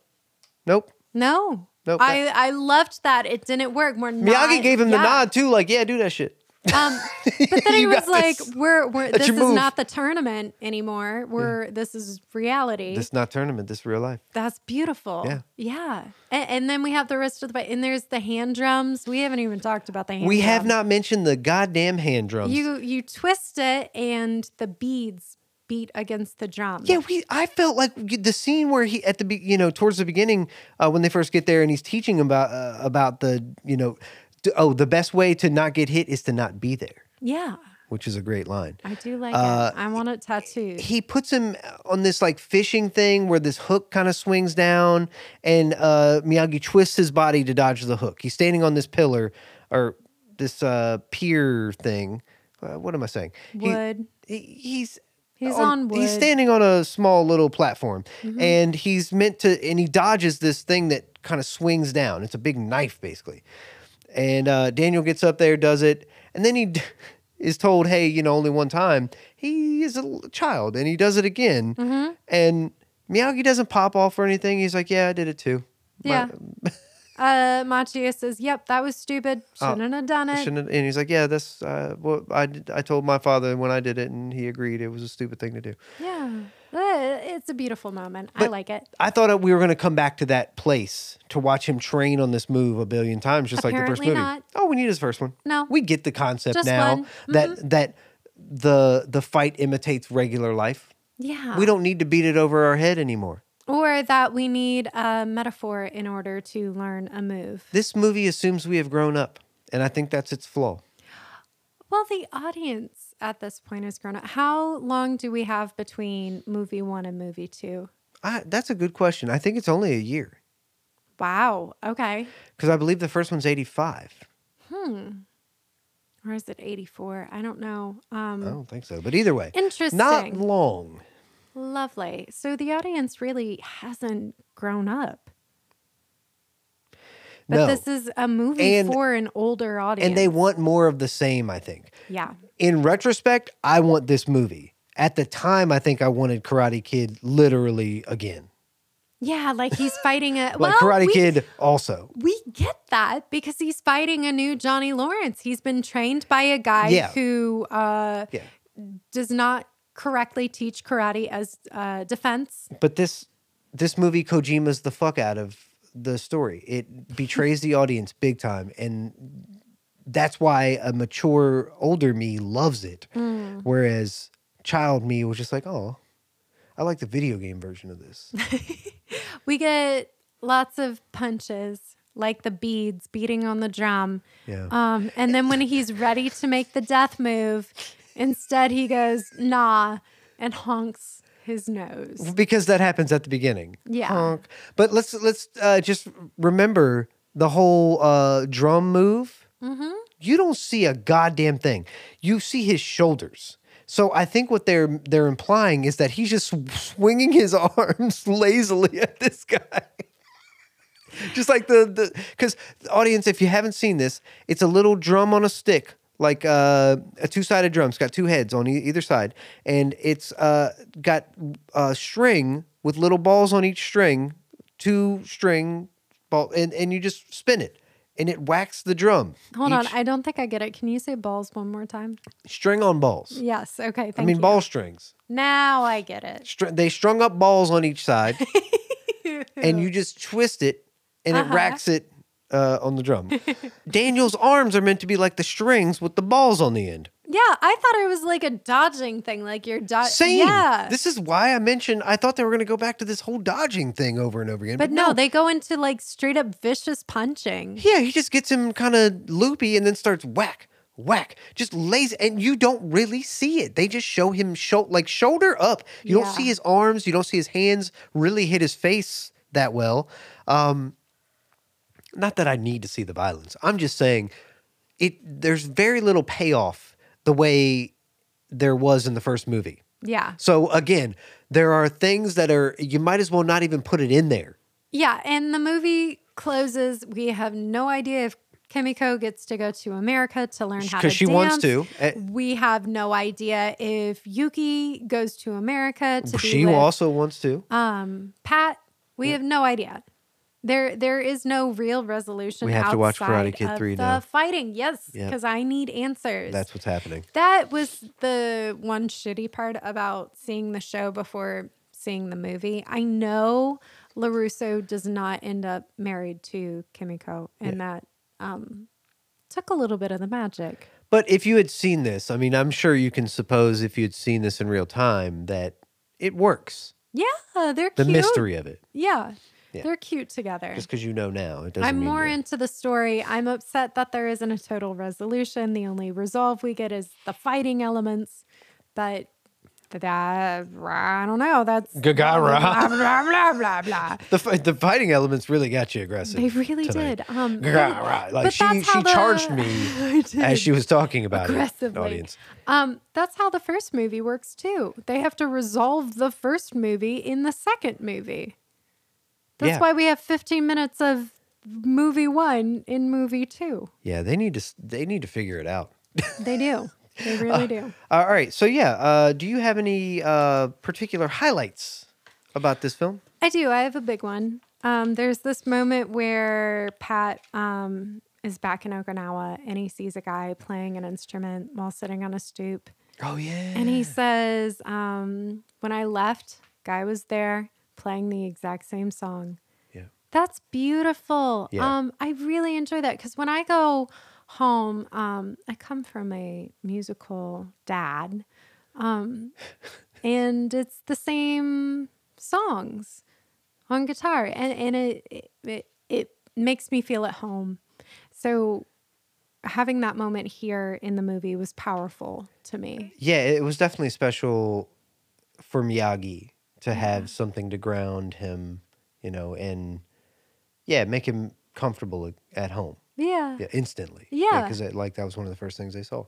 [SPEAKER 4] Nope.
[SPEAKER 5] No.
[SPEAKER 4] Nope.
[SPEAKER 5] I, I loved that. It didn't work. We're not,
[SPEAKER 4] Miyagi gave him
[SPEAKER 5] yeah.
[SPEAKER 4] the nod too, like, yeah, do that shit.
[SPEAKER 5] Um, but then he
[SPEAKER 4] You
[SPEAKER 5] was
[SPEAKER 4] got
[SPEAKER 5] like,
[SPEAKER 4] this.
[SPEAKER 5] "We're, we're
[SPEAKER 4] That's
[SPEAKER 5] this
[SPEAKER 4] your
[SPEAKER 5] is
[SPEAKER 4] move."
[SPEAKER 5] not the tournament anymore. We're this is reality.
[SPEAKER 4] This not tournament, this real life.
[SPEAKER 5] That's beautiful.
[SPEAKER 4] Yeah.
[SPEAKER 5] Yeah. A- And, then we have the rest of the and there's the hand drums. We haven't even talked about the hand.
[SPEAKER 4] We have
[SPEAKER 5] drum.
[SPEAKER 4] not mentioned the goddamn hand drums.
[SPEAKER 5] You you twist it and the beads beat against the drum.
[SPEAKER 4] yeah, we. I felt like the scene where he at the be, you know towards the beginning uh, when they first get there and he's teaching about uh, about the you know d- oh the best way to not get hit is to not be there,
[SPEAKER 5] Yeah.
[SPEAKER 4] which is a great line.
[SPEAKER 5] I do like
[SPEAKER 4] Uh,
[SPEAKER 5] it. I want it tattooed.
[SPEAKER 4] he puts him on this like fishing thing where this hook kind of swings down and uh, Miyagi twists his body to dodge the hook. He's standing on this pillar or this uh, pier thing. uh, what am I saying? He-
[SPEAKER 5] Wood.
[SPEAKER 4] he- he's
[SPEAKER 5] He's on wood.
[SPEAKER 4] He's standing on a small little platform, and he's meant to, and he dodges this thing that kind of swings down. It's a big knife, basically. And uh, Daniel gets up there, does it, and then he d- is told, "Hey, you know, only one time." He is a l- child, and he does it again. And Miyagi doesn't pop off or anything. He's like, "Yeah, I did it too." My-
[SPEAKER 5] Yeah. uh, Machias says, "Yep, that was stupid.
[SPEAKER 4] Oh,
[SPEAKER 5] Shouldn't have done
[SPEAKER 4] I
[SPEAKER 5] it."
[SPEAKER 4] shouldn't have-" and he's like, "Yeah, that's uh, what I did. I told my father when I did it, and he agreed it was a stupid thing to do."
[SPEAKER 5] Yeah, Uh, it's a beautiful moment. I
[SPEAKER 4] But-
[SPEAKER 5] like it.
[SPEAKER 4] I thought we were going to come back to that place to watch him train on this move a billion times, just like the first
[SPEAKER 5] Apparently
[SPEAKER 4] movie.
[SPEAKER 5] not.
[SPEAKER 4] Oh, we need his first one.
[SPEAKER 5] No.
[SPEAKER 4] we get the concept
[SPEAKER 5] Just
[SPEAKER 4] now
[SPEAKER 5] one. Mm-hmm.
[SPEAKER 4] that that the the fight imitates regular life.
[SPEAKER 5] Yeah,
[SPEAKER 4] We don't need to beat it over our head anymore.
[SPEAKER 5] or that we need a metaphor in order to learn a move.
[SPEAKER 4] This movie assumes we have grown up, and I think that's its flaw.
[SPEAKER 5] Well, the audience at this point is grown up. How long do we have between movie one and movie two?
[SPEAKER 4] I, that's a good question. I think it's only a year
[SPEAKER 5] Wow. Okay. Hmm.
[SPEAKER 4] because I believe the first one's eighty five.
[SPEAKER 5] Or is it 84? I don't know. Um,
[SPEAKER 4] I don't think so, but either way, Oh. Not
[SPEAKER 5] Interesting.
[SPEAKER 4] long.
[SPEAKER 5] Lovely. So the audience really hasn't grown up. But
[SPEAKER 4] no,
[SPEAKER 5] this is a movie
[SPEAKER 4] And-
[SPEAKER 5] for an older audience.
[SPEAKER 4] and they want more of the same. I think.
[SPEAKER 5] Yeah.
[SPEAKER 4] in retrospect, I want this movie. At the time, I think I wanted Karate Kid literally again.
[SPEAKER 5] Yeah. Like he's fighting a.
[SPEAKER 4] Like
[SPEAKER 5] well,
[SPEAKER 4] Karate
[SPEAKER 5] we,
[SPEAKER 4] Kid also.
[SPEAKER 5] We get that because he's fighting a new Johnny Lawrence. He's been trained by a guy
[SPEAKER 4] Yeah.
[SPEAKER 5] who uh,
[SPEAKER 4] Yeah.
[SPEAKER 5] does not correctly teach karate as uh, defense.
[SPEAKER 4] But this this movie Kojima's the fuck out of the story. It betrays the audience big time and that's why a mature older me loves it.
[SPEAKER 5] Hmm.
[SPEAKER 4] Whereas child me was just like, "Oh, I like the video game version of this."
[SPEAKER 5] We get lots of punches, like the beads beating on the drum.
[SPEAKER 4] Yeah.
[SPEAKER 5] Um, and then when he's ready to make the death move, instead he goes, nah, and honks his nose.
[SPEAKER 4] because that happens at the beginning.
[SPEAKER 5] Yeah.
[SPEAKER 4] Honk. But let's let's uh, just remember the whole uh, drum move. You don't see a goddamn thing. You see his shoulders. So I think what they're they're implying is that he's just sw- swinging his arms lazily at this guy. just like the the because audience, if you haven't seen this, it's a little drum on a stick, like uh, a two sided drum. It's got two heads on e- either side, and it's uh, got a string with little balls on each string, two string ball, and and you just spin it, and it whacks the drum.
[SPEAKER 5] Hold on,
[SPEAKER 4] Each
[SPEAKER 5] I don't think I get it. Can you say balls one more time?
[SPEAKER 4] string on balls.
[SPEAKER 5] Yes. Okay. Thank
[SPEAKER 4] I mean
[SPEAKER 5] you.
[SPEAKER 4] ball strings.
[SPEAKER 5] Now I get it.
[SPEAKER 4] Str- they strung up balls on each side, and you just twist it, and
[SPEAKER 5] Uh-huh.
[SPEAKER 4] it racks it uh, on the drum. Daniel's arms are meant to be like the strings with the balls on the end.
[SPEAKER 5] Yeah, I thought it was like a dodging thing, like you're dodging.
[SPEAKER 4] Same.
[SPEAKER 5] Uh, Yeah.
[SPEAKER 4] This is why I mentioned I thought they were going to go back to this whole dodging thing over and over again.
[SPEAKER 5] but no, they go into like straight up vicious punching.
[SPEAKER 4] Yeah, he just gets him kind of loopy and then starts whack, whack, just lays, and you don't really see it. They just show him sho- like shoulder up. You
[SPEAKER 5] Yeah.
[SPEAKER 4] don't see his arms. You don't see his hands really hit his face that well. Um, not that I need to see the violence. I'm just saying it. There's very little payoff the way there was in the first movie.
[SPEAKER 5] Yeah.
[SPEAKER 4] So again, there are things that are you might as well not even put it in there.
[SPEAKER 5] Yeah, and the movie closes. We have no idea if Kimiko gets to go to America to learn how to
[SPEAKER 4] Because she wants
[SPEAKER 5] dance.
[SPEAKER 4] to. Eh.
[SPEAKER 5] We have no idea if Yuki goes to America to
[SPEAKER 4] She
[SPEAKER 5] be with
[SPEAKER 4] also wants to.
[SPEAKER 5] um, Pat. We have no idea. There, there is no real resolution.
[SPEAKER 4] We have to watch
[SPEAKER 5] outside
[SPEAKER 4] Karate Kid
[SPEAKER 5] of
[SPEAKER 4] 3
[SPEAKER 5] the
[SPEAKER 4] now.
[SPEAKER 5] Fighting, yes,
[SPEAKER 4] Yep.
[SPEAKER 5] because I need answers.
[SPEAKER 4] That's what's happening.
[SPEAKER 5] That was the one shitty part about seeing the show before seeing the movie. I know LaRusso does not end up married to Kimiko, and that um, took a little bit of the magic.
[SPEAKER 4] But if you had seen this, I mean, I'm sure you can suppose if you'd seen this in real time that it works.
[SPEAKER 5] Yeah, they're
[SPEAKER 4] The
[SPEAKER 5] cute.
[SPEAKER 4] mystery of it,
[SPEAKER 5] Yeah,
[SPEAKER 4] Yeah.
[SPEAKER 5] they're cute together.
[SPEAKER 4] just because you know now, it doesn't.
[SPEAKER 5] I'm
[SPEAKER 4] mean
[SPEAKER 5] more
[SPEAKER 4] you're-
[SPEAKER 5] into the story. I'm upset that there isn't a total resolution. The only resolve we get is the fighting elements, but That I don't know. That's
[SPEAKER 4] Gagara.
[SPEAKER 5] Blah blah blah blah. blah.
[SPEAKER 4] The, fi- the fighting elements really got you aggressive.
[SPEAKER 5] They really
[SPEAKER 4] tonight.
[SPEAKER 5] did. Um, but-
[SPEAKER 4] Yeah, ah, right. Like
[SPEAKER 5] but
[SPEAKER 4] she,
[SPEAKER 5] that's how
[SPEAKER 4] she
[SPEAKER 5] the-
[SPEAKER 4] charged
[SPEAKER 5] I
[SPEAKER 4] me
[SPEAKER 5] did.
[SPEAKER 4] as she was talking about it.
[SPEAKER 5] aggressively.
[SPEAKER 4] Audience.
[SPEAKER 5] Um, that's how the first movie works too. They have to resolve the first movie in the second movie. That's
[SPEAKER 4] Yeah.
[SPEAKER 5] why we have 15 minutes of movie one in movie two.
[SPEAKER 4] Yeah, they need to s- they need to figure it out.
[SPEAKER 5] They do. They really do.
[SPEAKER 4] all right. So yeah, uh, do you have any uh, particular highlights about this film?
[SPEAKER 5] I do. I have a big one. Um, there's this moment where Pat um, is back in Okinawa and he sees a guy playing an instrument while sitting on a stoop.
[SPEAKER 4] Oh yeah.
[SPEAKER 5] And he says, um, when I left, guy was there playing the exact same song.
[SPEAKER 4] Yeah.
[SPEAKER 5] That's beautiful.
[SPEAKER 4] Yeah.
[SPEAKER 5] Um, I really enjoy that because when I go home, um, I come from a musical dad, um, and it's the same songs on guitar, and and it it, it makes me feel at home. So having that moment here in the movie was powerful to me.
[SPEAKER 4] Yeah, it was definitely special for Miyagi
[SPEAKER 5] Mm-hmm.
[SPEAKER 4] to have something to ground him, you know, and yeah, make him comfortable at home.
[SPEAKER 5] Yeah.
[SPEAKER 4] Yeah, instantly.
[SPEAKER 5] Yeah.
[SPEAKER 4] because like that was one of the first things they saw.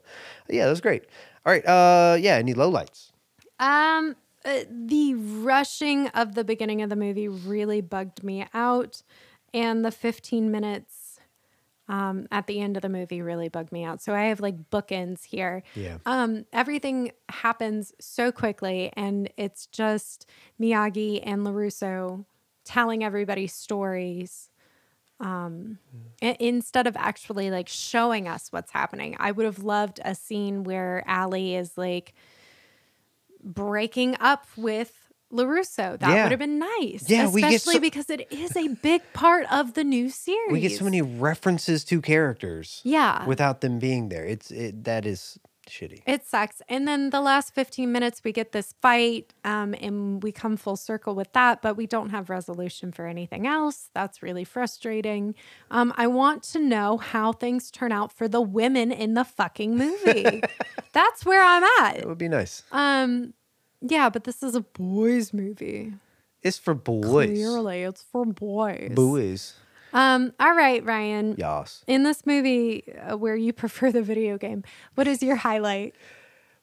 [SPEAKER 4] Yeah, that was great. All right. Uh, yeah, any lowlights?
[SPEAKER 5] Um, uh, the rushing of the beginning of the movie really bugged me out, and the 15 minutes um, at the end of the movie really bugged me out. So I have like bookends here.
[SPEAKER 4] Yeah.
[SPEAKER 5] Um, everything happens so quickly, and it's just Miyagi and Larusso telling everybody stories. Um, i- instead of actually like showing us what's happening, I would have loved a scene where Allie is like breaking up with LaRusso. That
[SPEAKER 4] Yeah.
[SPEAKER 5] would have been nice.
[SPEAKER 4] Yeah, we
[SPEAKER 5] especially
[SPEAKER 4] get so-
[SPEAKER 5] because it is a big part of the new series.
[SPEAKER 4] We get so many references to characters.
[SPEAKER 5] Yeah.
[SPEAKER 4] Without them being there, it's it, that is shitty.
[SPEAKER 5] It sucks. And then the last 15 minutes, we get this fight um, and we come full circle with that, but we don't have resolution for anything else. That's really frustrating. Um, I want to know how things turn out for the women in the fucking movie. That's where I'm at.
[SPEAKER 4] It would be nice.
[SPEAKER 5] Um, yeah, but this is a boys' movie.
[SPEAKER 4] It's for boys.
[SPEAKER 5] Clearly, it's for boys.
[SPEAKER 4] Boys.
[SPEAKER 5] Um, all right, Ryan.
[SPEAKER 4] Yas.
[SPEAKER 5] In this movie uh, where you prefer the video game, what is your highlight?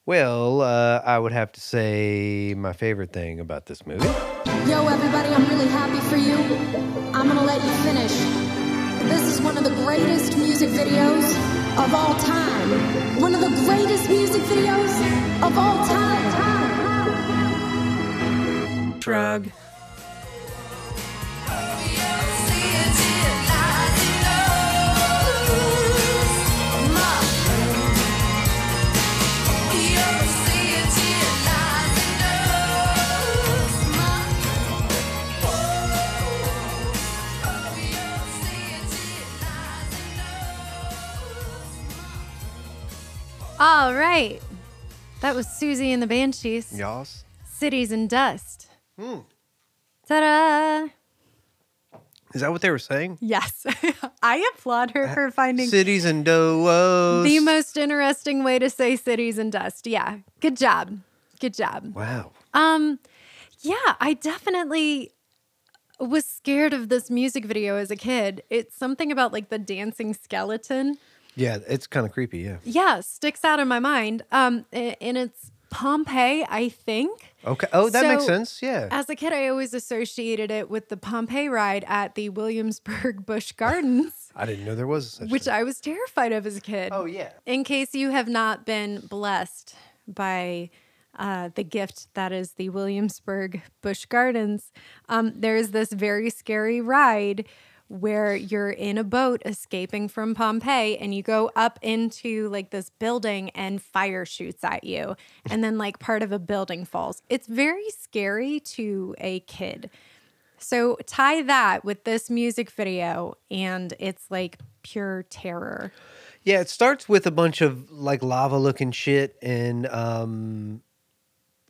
[SPEAKER 4] Well, uh, I would have to say my favorite thing about this movie.
[SPEAKER 6] Yo, everybody, I'm really happy for you. I'm gonna let you finish. This is one of the greatest music videos of all time. One of the greatest music videos of all time.
[SPEAKER 5] Drug. All right. That was Susie and the Banshees.
[SPEAKER 4] Yas.
[SPEAKER 5] Cities and Dust. Ta da!
[SPEAKER 4] Is that what they were saying?
[SPEAKER 5] Yes. I applaud her for finding
[SPEAKER 4] Cities and doos.
[SPEAKER 5] the most interesting way to say cities and dust. Yeah. Good job. Good job.
[SPEAKER 4] wow.
[SPEAKER 5] Um, yeah, I definitely was scared of this music video as a kid. It's something about like the dancing skeleton.
[SPEAKER 4] Yeah, it's kind of creepy. Yeah.
[SPEAKER 5] Yeah, sticks out in my mind. Um, a- and it's Pompeii, I think.
[SPEAKER 4] Okay. Oh, that makes
[SPEAKER 5] So, uh,
[SPEAKER 4] sense. Yeah.
[SPEAKER 5] As a kid, I always associated it with the Pompeii ride at the Williamsburg Busch Gardens,
[SPEAKER 4] I didn't know there was such.
[SPEAKER 5] which
[SPEAKER 4] thing.
[SPEAKER 5] I was terrified of as a kid.
[SPEAKER 4] oh yeah.
[SPEAKER 5] In case you have not been blessed by uh, the gift that is the Williamsburg Busch Gardens, um, there is this very scary ride where you're in a boat escaping from Pompeii and you go up into like this building and fire shoots at you. And then like part of a building falls. It's very scary to a kid. So tie that with this music video and it's like pure terror.
[SPEAKER 4] Yeah, it starts with a bunch of like lava looking shit and um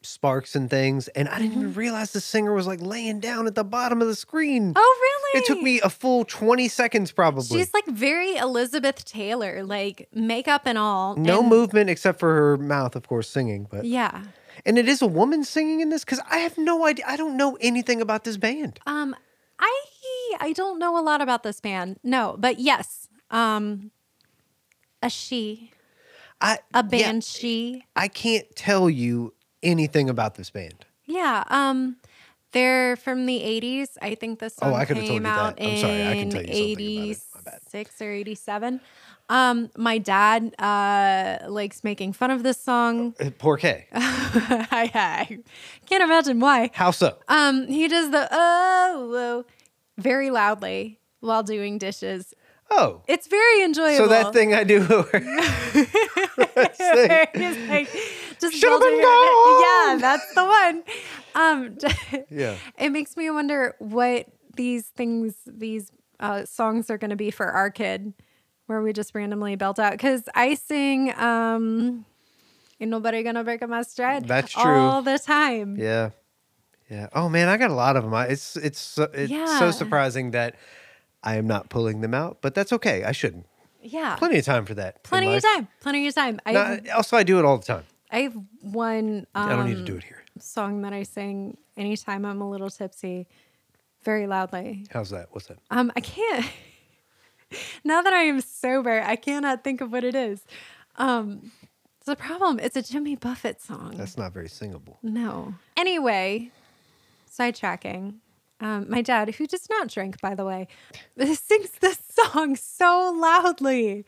[SPEAKER 4] sparks and things, and I didn't
[SPEAKER 5] Mm-hmm.
[SPEAKER 4] even realize the singer was like laying down at the bottom of the screen.
[SPEAKER 5] Oh, really?
[SPEAKER 4] It took me a full 20 seconds probably.
[SPEAKER 5] She's like very Elizabeth Taylor, like makeup and all.
[SPEAKER 4] no
[SPEAKER 5] and-
[SPEAKER 4] movement except for her mouth, of course, singing, but
[SPEAKER 5] Yeah.
[SPEAKER 4] And it is a woman singing in this because I have no idea. I don't know anything about this band.
[SPEAKER 5] Um, I I don't know a lot about this band. No, but yes. Um, a she,
[SPEAKER 4] I yeah,
[SPEAKER 5] a banshee.
[SPEAKER 4] I can't tell you anything about this band.
[SPEAKER 5] Yeah. Um, they're from the '80s. I think this
[SPEAKER 4] Oh,
[SPEAKER 5] song
[SPEAKER 4] I
[SPEAKER 5] came
[SPEAKER 4] could've told you that.
[SPEAKER 5] out
[SPEAKER 4] I'm
[SPEAKER 5] in
[SPEAKER 4] sorry, I can tell you something about it. My bad.
[SPEAKER 5] '86 or '87. Um, my dad uh, likes making fun of this song.
[SPEAKER 4] Uh, Poor K.
[SPEAKER 5] I, I can't imagine why.
[SPEAKER 4] How so?
[SPEAKER 5] Um, he does the oh, oh very loudly while doing dishes.
[SPEAKER 4] Oh,
[SPEAKER 5] It's very enjoyable.
[SPEAKER 4] so that thing I do.
[SPEAKER 5] Where he's like, just
[SPEAKER 4] Should've
[SPEAKER 5] building
[SPEAKER 4] been
[SPEAKER 5] her-
[SPEAKER 4] gone.
[SPEAKER 5] Yeah, that's the one. Um,
[SPEAKER 4] yeah.
[SPEAKER 5] it makes me wonder what these things, these uh, songs are going to be for our kid, where we just randomly belt out. Because I sing, um, "Ain't nobody gonna break up my stride."
[SPEAKER 4] That's
[SPEAKER 5] All the time.
[SPEAKER 4] Yeah. Yeah. Oh man, I got a lot of them. I, it's it's so- it's so
[SPEAKER 5] Yeah.
[SPEAKER 4] surprising that I am not pulling them out, but that's okay. I shouldn't.
[SPEAKER 5] Yeah.
[SPEAKER 4] Plenty of time for that. in
[SPEAKER 5] Plenty of
[SPEAKER 4] life.
[SPEAKER 5] time. Plenty of time. I
[SPEAKER 4] No, also, I do it all the time.
[SPEAKER 5] I have one. Um,
[SPEAKER 4] I don't need to do it here.
[SPEAKER 5] Song that I sing anytime I'm a little tipsy, very loudly.
[SPEAKER 4] How's that? What's that?
[SPEAKER 5] Um, I can't. now that I am sober, I cannot think of what it is. Um, it's a problem. It's a Jimmy Buffett song.
[SPEAKER 4] That's not very singable.
[SPEAKER 5] no. Anyway, sidetracking. Um, my dad, who does not drink, by the way, sings this song so loudly.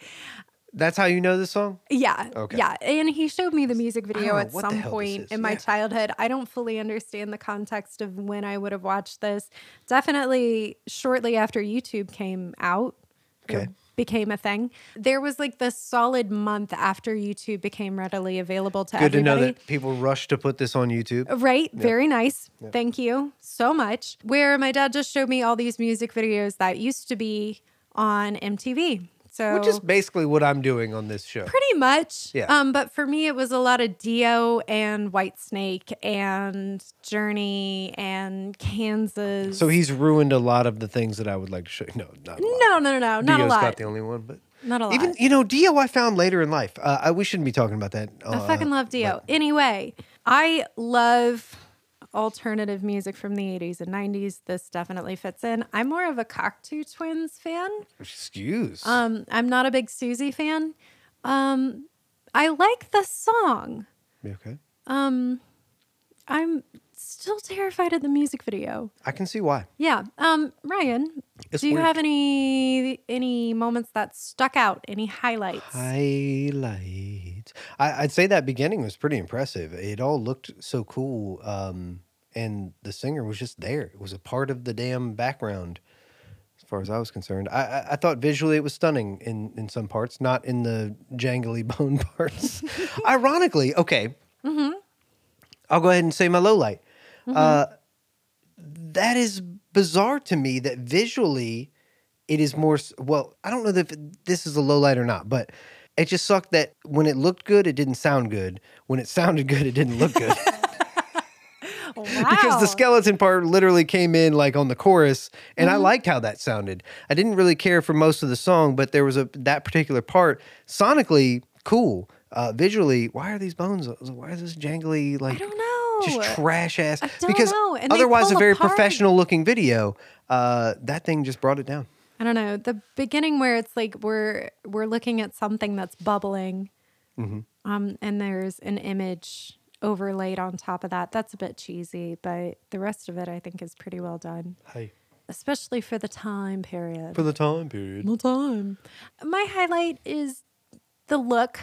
[SPEAKER 4] That's how you know this song.
[SPEAKER 5] Yeah.
[SPEAKER 4] Okay.
[SPEAKER 5] Yeah. And he showed me the music video
[SPEAKER 4] know
[SPEAKER 5] at
[SPEAKER 4] what the
[SPEAKER 5] some
[SPEAKER 4] hell this
[SPEAKER 5] point
[SPEAKER 4] is.
[SPEAKER 5] in my
[SPEAKER 4] Yeah.
[SPEAKER 5] childhood. I don't fully understand the context of when I would have watched this. Definitely shortly after YouTube came out. or
[SPEAKER 4] Okay.
[SPEAKER 5] Became a thing. There was like the solid month after YouTube became readily available to
[SPEAKER 4] Good to know
[SPEAKER 5] everybody.
[SPEAKER 4] that people rush to put this on YouTube.
[SPEAKER 5] Right. Very nice. Thank you so much. Where my dad just showed me all these music videos that used to be on MTV. So
[SPEAKER 4] Which is basically what I'm doing on this show.
[SPEAKER 5] Pretty much.
[SPEAKER 4] Yeah.
[SPEAKER 5] Um, but for me, it was a lot of Dio and Whitesnake and Journey and Kansas.
[SPEAKER 4] So he's ruined a lot of the things that I would like to show. No, not a lot.
[SPEAKER 5] no, no, no, no, not
[SPEAKER 4] Dio's
[SPEAKER 5] a lot.
[SPEAKER 4] not the only one, but
[SPEAKER 5] Not a lot.
[SPEAKER 4] Even you know, Dio I found later in life. Uh, I, we shouldn't be talking about that.
[SPEAKER 5] I
[SPEAKER 4] uh,
[SPEAKER 5] fucking love Dio. anyway, I love alternative music from the 80s and 90s. This definitely fits in. I'm more of a Cocteau Twins fan.
[SPEAKER 4] Excuse.
[SPEAKER 5] Um, I'm not a big Susie fan. Um, I like the song.
[SPEAKER 4] You okay.
[SPEAKER 5] Um, I'm still terrified of the music video.
[SPEAKER 4] I can see why.
[SPEAKER 5] Yeah. Um, Ryan,
[SPEAKER 4] It's
[SPEAKER 5] do you
[SPEAKER 4] weird.
[SPEAKER 5] have any any moments that stuck out? Any highlights?
[SPEAKER 4] Highlights. I, I'd say that beginning was pretty impressive. It all looked so cool. Um, and the singer was just there. It was a part of the damn background, as far as I was concerned. I, I, I thought visually it was stunning in, in some parts, not in the jangly bone parts. Ironically, okay. Mm-hmm. I'll go ahead and say my low light. Uh, that is bizarre to me that visually it is more s- well i don't know if this is a low light or not but it just sucked that when it looked good it didn't sound good when it sounded good it didn't look good
[SPEAKER 5] wow.
[SPEAKER 4] because the skeleton part literally came in like on the chorus and
[SPEAKER 5] Mm-hmm.
[SPEAKER 4] i liked how that sounded i didn't really care for most of the song but there was a that particular part sonically cool uh, visually why are these bones uh, why is this jangly like
[SPEAKER 5] I don't know.
[SPEAKER 4] just trash ass
[SPEAKER 5] don't
[SPEAKER 4] because
[SPEAKER 5] know, and they
[SPEAKER 4] otherwise a
[SPEAKER 5] pull
[SPEAKER 4] very
[SPEAKER 5] apart.
[SPEAKER 4] professional looking video uh, that thing just brought it down
[SPEAKER 5] I don't know. The beginning where it's like we're we're looking at something that's bubbling,
[SPEAKER 4] Mm-hmm.
[SPEAKER 5] um, and there's an image overlaid on top of that. That's a bit cheesy, but the rest of it I think is pretty well done,
[SPEAKER 4] hey
[SPEAKER 5] especially for the time period.
[SPEAKER 4] for the time period
[SPEAKER 5] No time. My highlight is the look.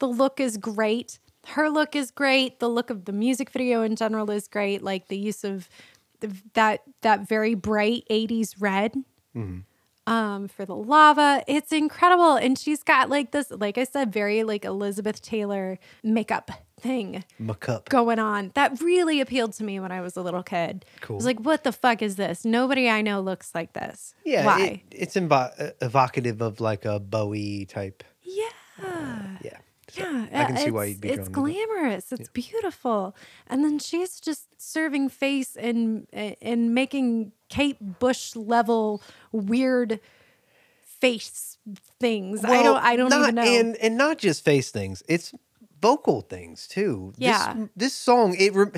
[SPEAKER 5] The look is great. Her look is great. The look of the music video in general is great. Like the use of the, that that very bright '80s red
[SPEAKER 4] Mm-hmm.
[SPEAKER 5] um, for the lava. It's incredible, and she's got like this, like I said, very like Elizabeth Taylor makeup thing
[SPEAKER 4] McCup.
[SPEAKER 5] going on. That really appealed to me when I was a little kid. I
[SPEAKER 4] Cool.
[SPEAKER 5] was like, what the fuck is this? Nobody I know looks like this.
[SPEAKER 4] Yeah,
[SPEAKER 5] Why?
[SPEAKER 4] it- it's invo- uh, evocative of like a Bowie type.
[SPEAKER 5] Yeah.
[SPEAKER 4] Yeah.
[SPEAKER 5] Yeah,
[SPEAKER 4] I can see why
[SPEAKER 5] it's-
[SPEAKER 4] you'd be drawn
[SPEAKER 5] It's
[SPEAKER 4] to that.
[SPEAKER 5] glamorous. It's beautiful, and then she's just serving face and and making Kate Bush level weird face things. I
[SPEAKER 4] Well,
[SPEAKER 5] don't. I don't
[SPEAKER 4] not,
[SPEAKER 5] even know.
[SPEAKER 4] And and not just face things. It's vocal things too. This-
[SPEAKER 5] Yeah.
[SPEAKER 4] This, song, it. Re-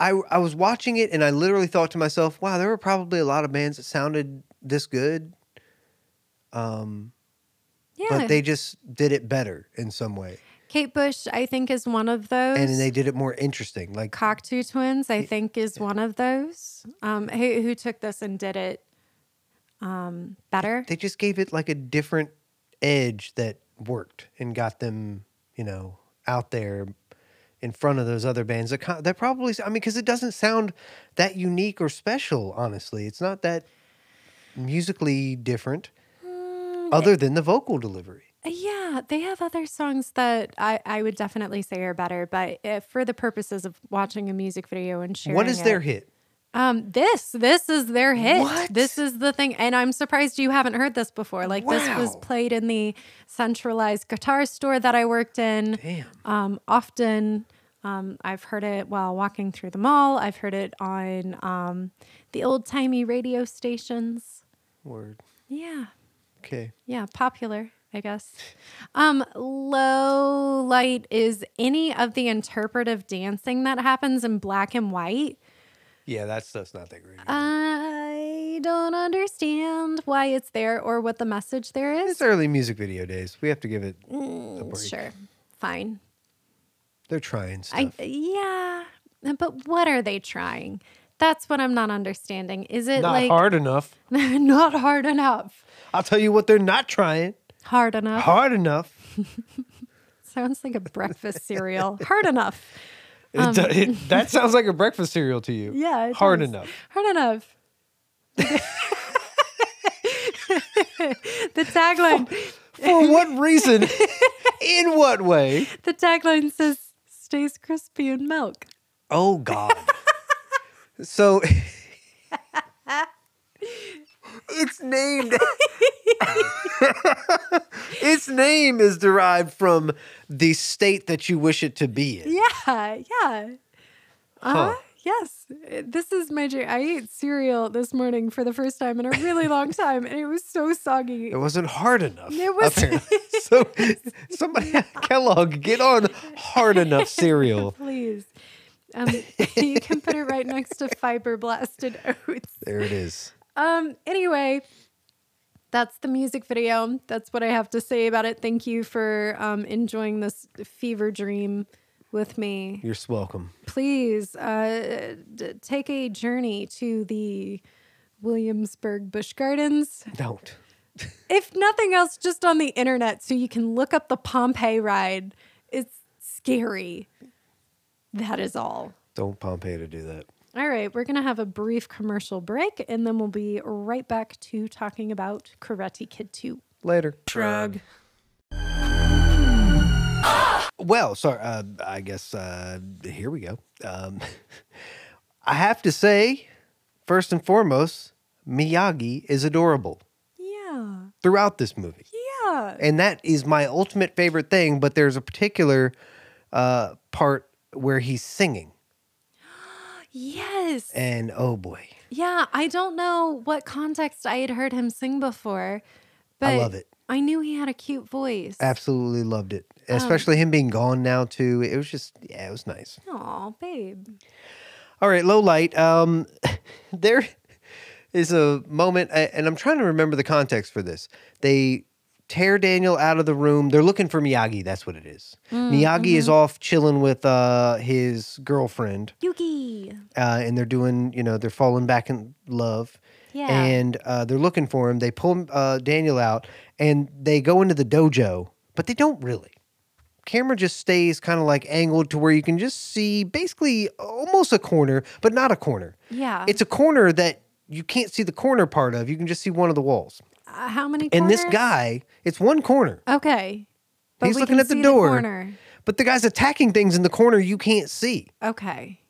[SPEAKER 4] I I was watching it and I literally thought to myself, wow, there were probably a lot of bands that sounded this good, um,
[SPEAKER 5] Yeah.
[SPEAKER 4] but they just did it better in some way,
[SPEAKER 5] Kate Bush, I think, is one of those.
[SPEAKER 4] and they did it more interesting. Like
[SPEAKER 5] Cocktoo Twins, I think, is one of those. Um, who, who took this and did it um, better?
[SPEAKER 4] they just gave it like a different edge that worked and got them, you know, out there in front of those other bands that co- that probably I mean because it doesn't sound that unique or special honestly. It's not that musically different
[SPEAKER 5] Mm,
[SPEAKER 4] other than the vocal delivery.
[SPEAKER 5] Yeah, they have other songs that I, I would definitely say are better, but if, for the purposes of watching a music video and sharing,
[SPEAKER 4] what is their
[SPEAKER 5] it-
[SPEAKER 4] hit?
[SPEAKER 5] Um, this this is their hit.
[SPEAKER 4] What?
[SPEAKER 5] This is the thing, and I'm surprised you haven't heard this before. Like this was
[SPEAKER 4] Wow.
[SPEAKER 5] played in the centralized guitar store that I worked in.
[SPEAKER 4] Damn.
[SPEAKER 5] Um, often, um, I've heard it while walking through the mall. I've heard it on um, the old timey radio stations.
[SPEAKER 4] Word.
[SPEAKER 5] Yeah.
[SPEAKER 4] Okay.
[SPEAKER 5] Yeah, popular, I guess. Um, low light is any of the interpretive dancing that happens in black and white.
[SPEAKER 4] Yeah, that stuff's not that great.
[SPEAKER 5] Uh, I don't understand why it's there or what the message there
[SPEAKER 4] it's
[SPEAKER 5] is.
[SPEAKER 4] early music video days. We have to give it a break.
[SPEAKER 5] Sure, fine.
[SPEAKER 4] They're trying stuff.
[SPEAKER 5] I yeah, but what are they trying? That's what I'm not understanding. Is it
[SPEAKER 4] not
[SPEAKER 5] like
[SPEAKER 4] hard enough.
[SPEAKER 5] not hard enough?
[SPEAKER 4] I'll tell you what they're not trying.
[SPEAKER 5] Hard enough.
[SPEAKER 4] Hard enough.
[SPEAKER 5] Sounds like a breakfast cereal. hard enough.
[SPEAKER 4] It do- it- that sounds like a breakfast cereal to you.
[SPEAKER 5] Yeah, it
[SPEAKER 4] hard
[SPEAKER 5] does.
[SPEAKER 4] enough.
[SPEAKER 5] Hard enough. the tagline
[SPEAKER 4] For what reason? In what way?
[SPEAKER 5] the tagline says stays crispy in milk.
[SPEAKER 4] Oh God. so it's named. its name is derived from the state that you wish it to be in.
[SPEAKER 5] Yeah, yeah. Uh-huh.
[SPEAKER 4] Huh.
[SPEAKER 5] Yes. Uh, This is my dream. I ate cereal this morning for the first time in a really long time and it was so soggy.
[SPEAKER 4] It wasn't hard enough.
[SPEAKER 5] It was-
[SPEAKER 4] apparently. so somebody Kellogg, get on hard enough cereal.
[SPEAKER 5] Please. Um, you can put it right next to fiber blasted oats.
[SPEAKER 4] There it is.
[SPEAKER 5] Um, anyway, that's the music video. That's what I have to say about it. Thank you for um, enjoying this fever dream with me.
[SPEAKER 4] You're welcome.
[SPEAKER 5] Please uh, d- take a journey to the Williamsburg Bush Gardens.
[SPEAKER 4] Don't.
[SPEAKER 5] If nothing else, just on the internet so you can look up the Pompeii ride. It's scary. That is all.
[SPEAKER 4] Don't Pompeii to do that.
[SPEAKER 5] All right, we're going to have a brief commercial break and then we'll be right back to talking about Karate Kid 2.
[SPEAKER 4] Later. Drug. Well, sorry. Uh, I guess uh, here we go. Um, I have to say, first and foremost, Miyagi is adorable
[SPEAKER 5] Yeah.
[SPEAKER 4] throughout this movie.
[SPEAKER 5] Yeah.
[SPEAKER 4] and that is my ultimate favorite thing. But there's a particular uh, part where he's singing,
[SPEAKER 5] Yes.
[SPEAKER 4] and oh boy,
[SPEAKER 5] Yeah, I don't know what context I had heard him sing before, but
[SPEAKER 4] I love it.
[SPEAKER 5] I knew he had a cute voice.
[SPEAKER 4] Absolutely loved it, especially him being gone now too. It was just, yeah, it was nice.
[SPEAKER 5] Aw, babe.
[SPEAKER 4] All right, low light. Um, there is a moment, a- and I'm trying to remember the context for this. They tear Daniel out of the room. They're looking for Miyagi. That's what it is. Miyagi is off chilling with uh, his girlfriend,
[SPEAKER 5] Yuki.
[SPEAKER 4] uh, and they're doing, you know, they're falling back in love.
[SPEAKER 5] Yeah.
[SPEAKER 4] And uh, they're looking for him. They pull uh, Daniel out and they go into the dojo, but they don't really. Camera just stays kind of like angled to where you can just see basically almost a corner, but not a corner.
[SPEAKER 5] Yeah.
[SPEAKER 4] It's a corner that you can't see the corner part of. You can just see one of the walls.
[SPEAKER 5] Uh, how many
[SPEAKER 4] And this
[SPEAKER 5] corners?
[SPEAKER 4] guy, it's one corner,
[SPEAKER 5] Okay. But
[SPEAKER 4] He's
[SPEAKER 5] we
[SPEAKER 4] looking
[SPEAKER 5] can
[SPEAKER 4] at the
[SPEAKER 5] see
[SPEAKER 4] door.
[SPEAKER 5] corner.
[SPEAKER 4] but the guy's attacking things in the corner you can't see.
[SPEAKER 5] Okay.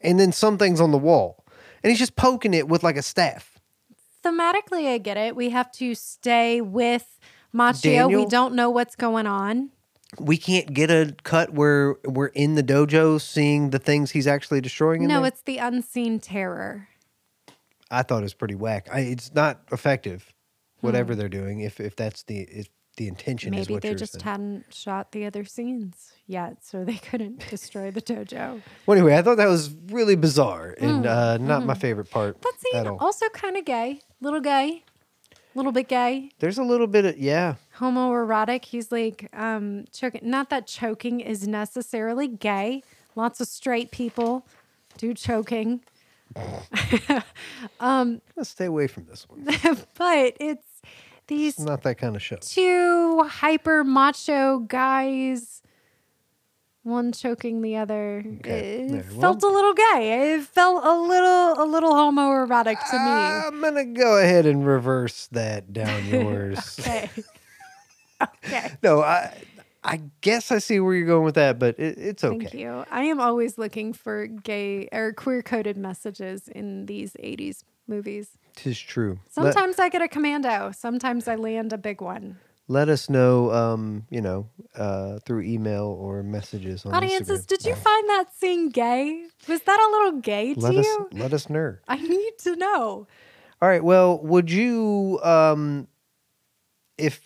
[SPEAKER 4] And then some things on the wall. And he's just poking it with like a staff.
[SPEAKER 5] Thematically, I get it. We have to stay with Machio. We
[SPEAKER 4] Daniel?
[SPEAKER 5] don't know what's going on.
[SPEAKER 4] we can't get a cut where we're in the dojo seeing the things he's actually destroying. In
[SPEAKER 5] No,
[SPEAKER 4] there?
[SPEAKER 5] it's the unseen terror.
[SPEAKER 4] I thought it was pretty whack. I, it's not effective, whatever they're doing. If if that's the if the intention is
[SPEAKER 5] Hmm. Maybe
[SPEAKER 4] what
[SPEAKER 5] they
[SPEAKER 4] you're
[SPEAKER 5] just
[SPEAKER 4] saying.
[SPEAKER 5] hadn't shot the other scenes yet, so they couldn't destroy the dojo.
[SPEAKER 4] well, anyway, I thought that was really bizarre
[SPEAKER 5] Hmm.
[SPEAKER 4] and uh, not my favorite part
[SPEAKER 5] That scene
[SPEAKER 4] at all.
[SPEAKER 5] also kind of gay, little gay, little bit gay,
[SPEAKER 4] There's a little bit of yeah.
[SPEAKER 5] homoerotic. He's like um choking. Not that choking is necessarily gay. Lots of straight people do choking,
[SPEAKER 4] Let's stay away from this one.
[SPEAKER 5] but it's these
[SPEAKER 4] It's not that kind of show.
[SPEAKER 5] two hyper macho guys, one choking the other.
[SPEAKER 4] Okay,
[SPEAKER 5] It
[SPEAKER 4] there,
[SPEAKER 5] felt a little gay. It felt a little a little homoerotic to me.
[SPEAKER 4] I'm gonna go ahead and reverse that down yours.
[SPEAKER 5] Okay. okay.
[SPEAKER 4] No, I I guess I see where you're going with that, but it, it's okay.
[SPEAKER 5] Thank you. I am always looking for gay or queer coded messages in these 80s movies.
[SPEAKER 4] Tis true. Let-
[SPEAKER 5] Sometimes I get a commando, sometimes I land a big one.
[SPEAKER 4] let us know, um, you know, uh, through email or messages on
[SPEAKER 5] Audiences,
[SPEAKER 4] Instagram.
[SPEAKER 5] did you find that scene gay? Was that a little gay to
[SPEAKER 4] Let us
[SPEAKER 5] you?
[SPEAKER 4] let us know.
[SPEAKER 5] I need to know.
[SPEAKER 4] All right. Well, would you, um, if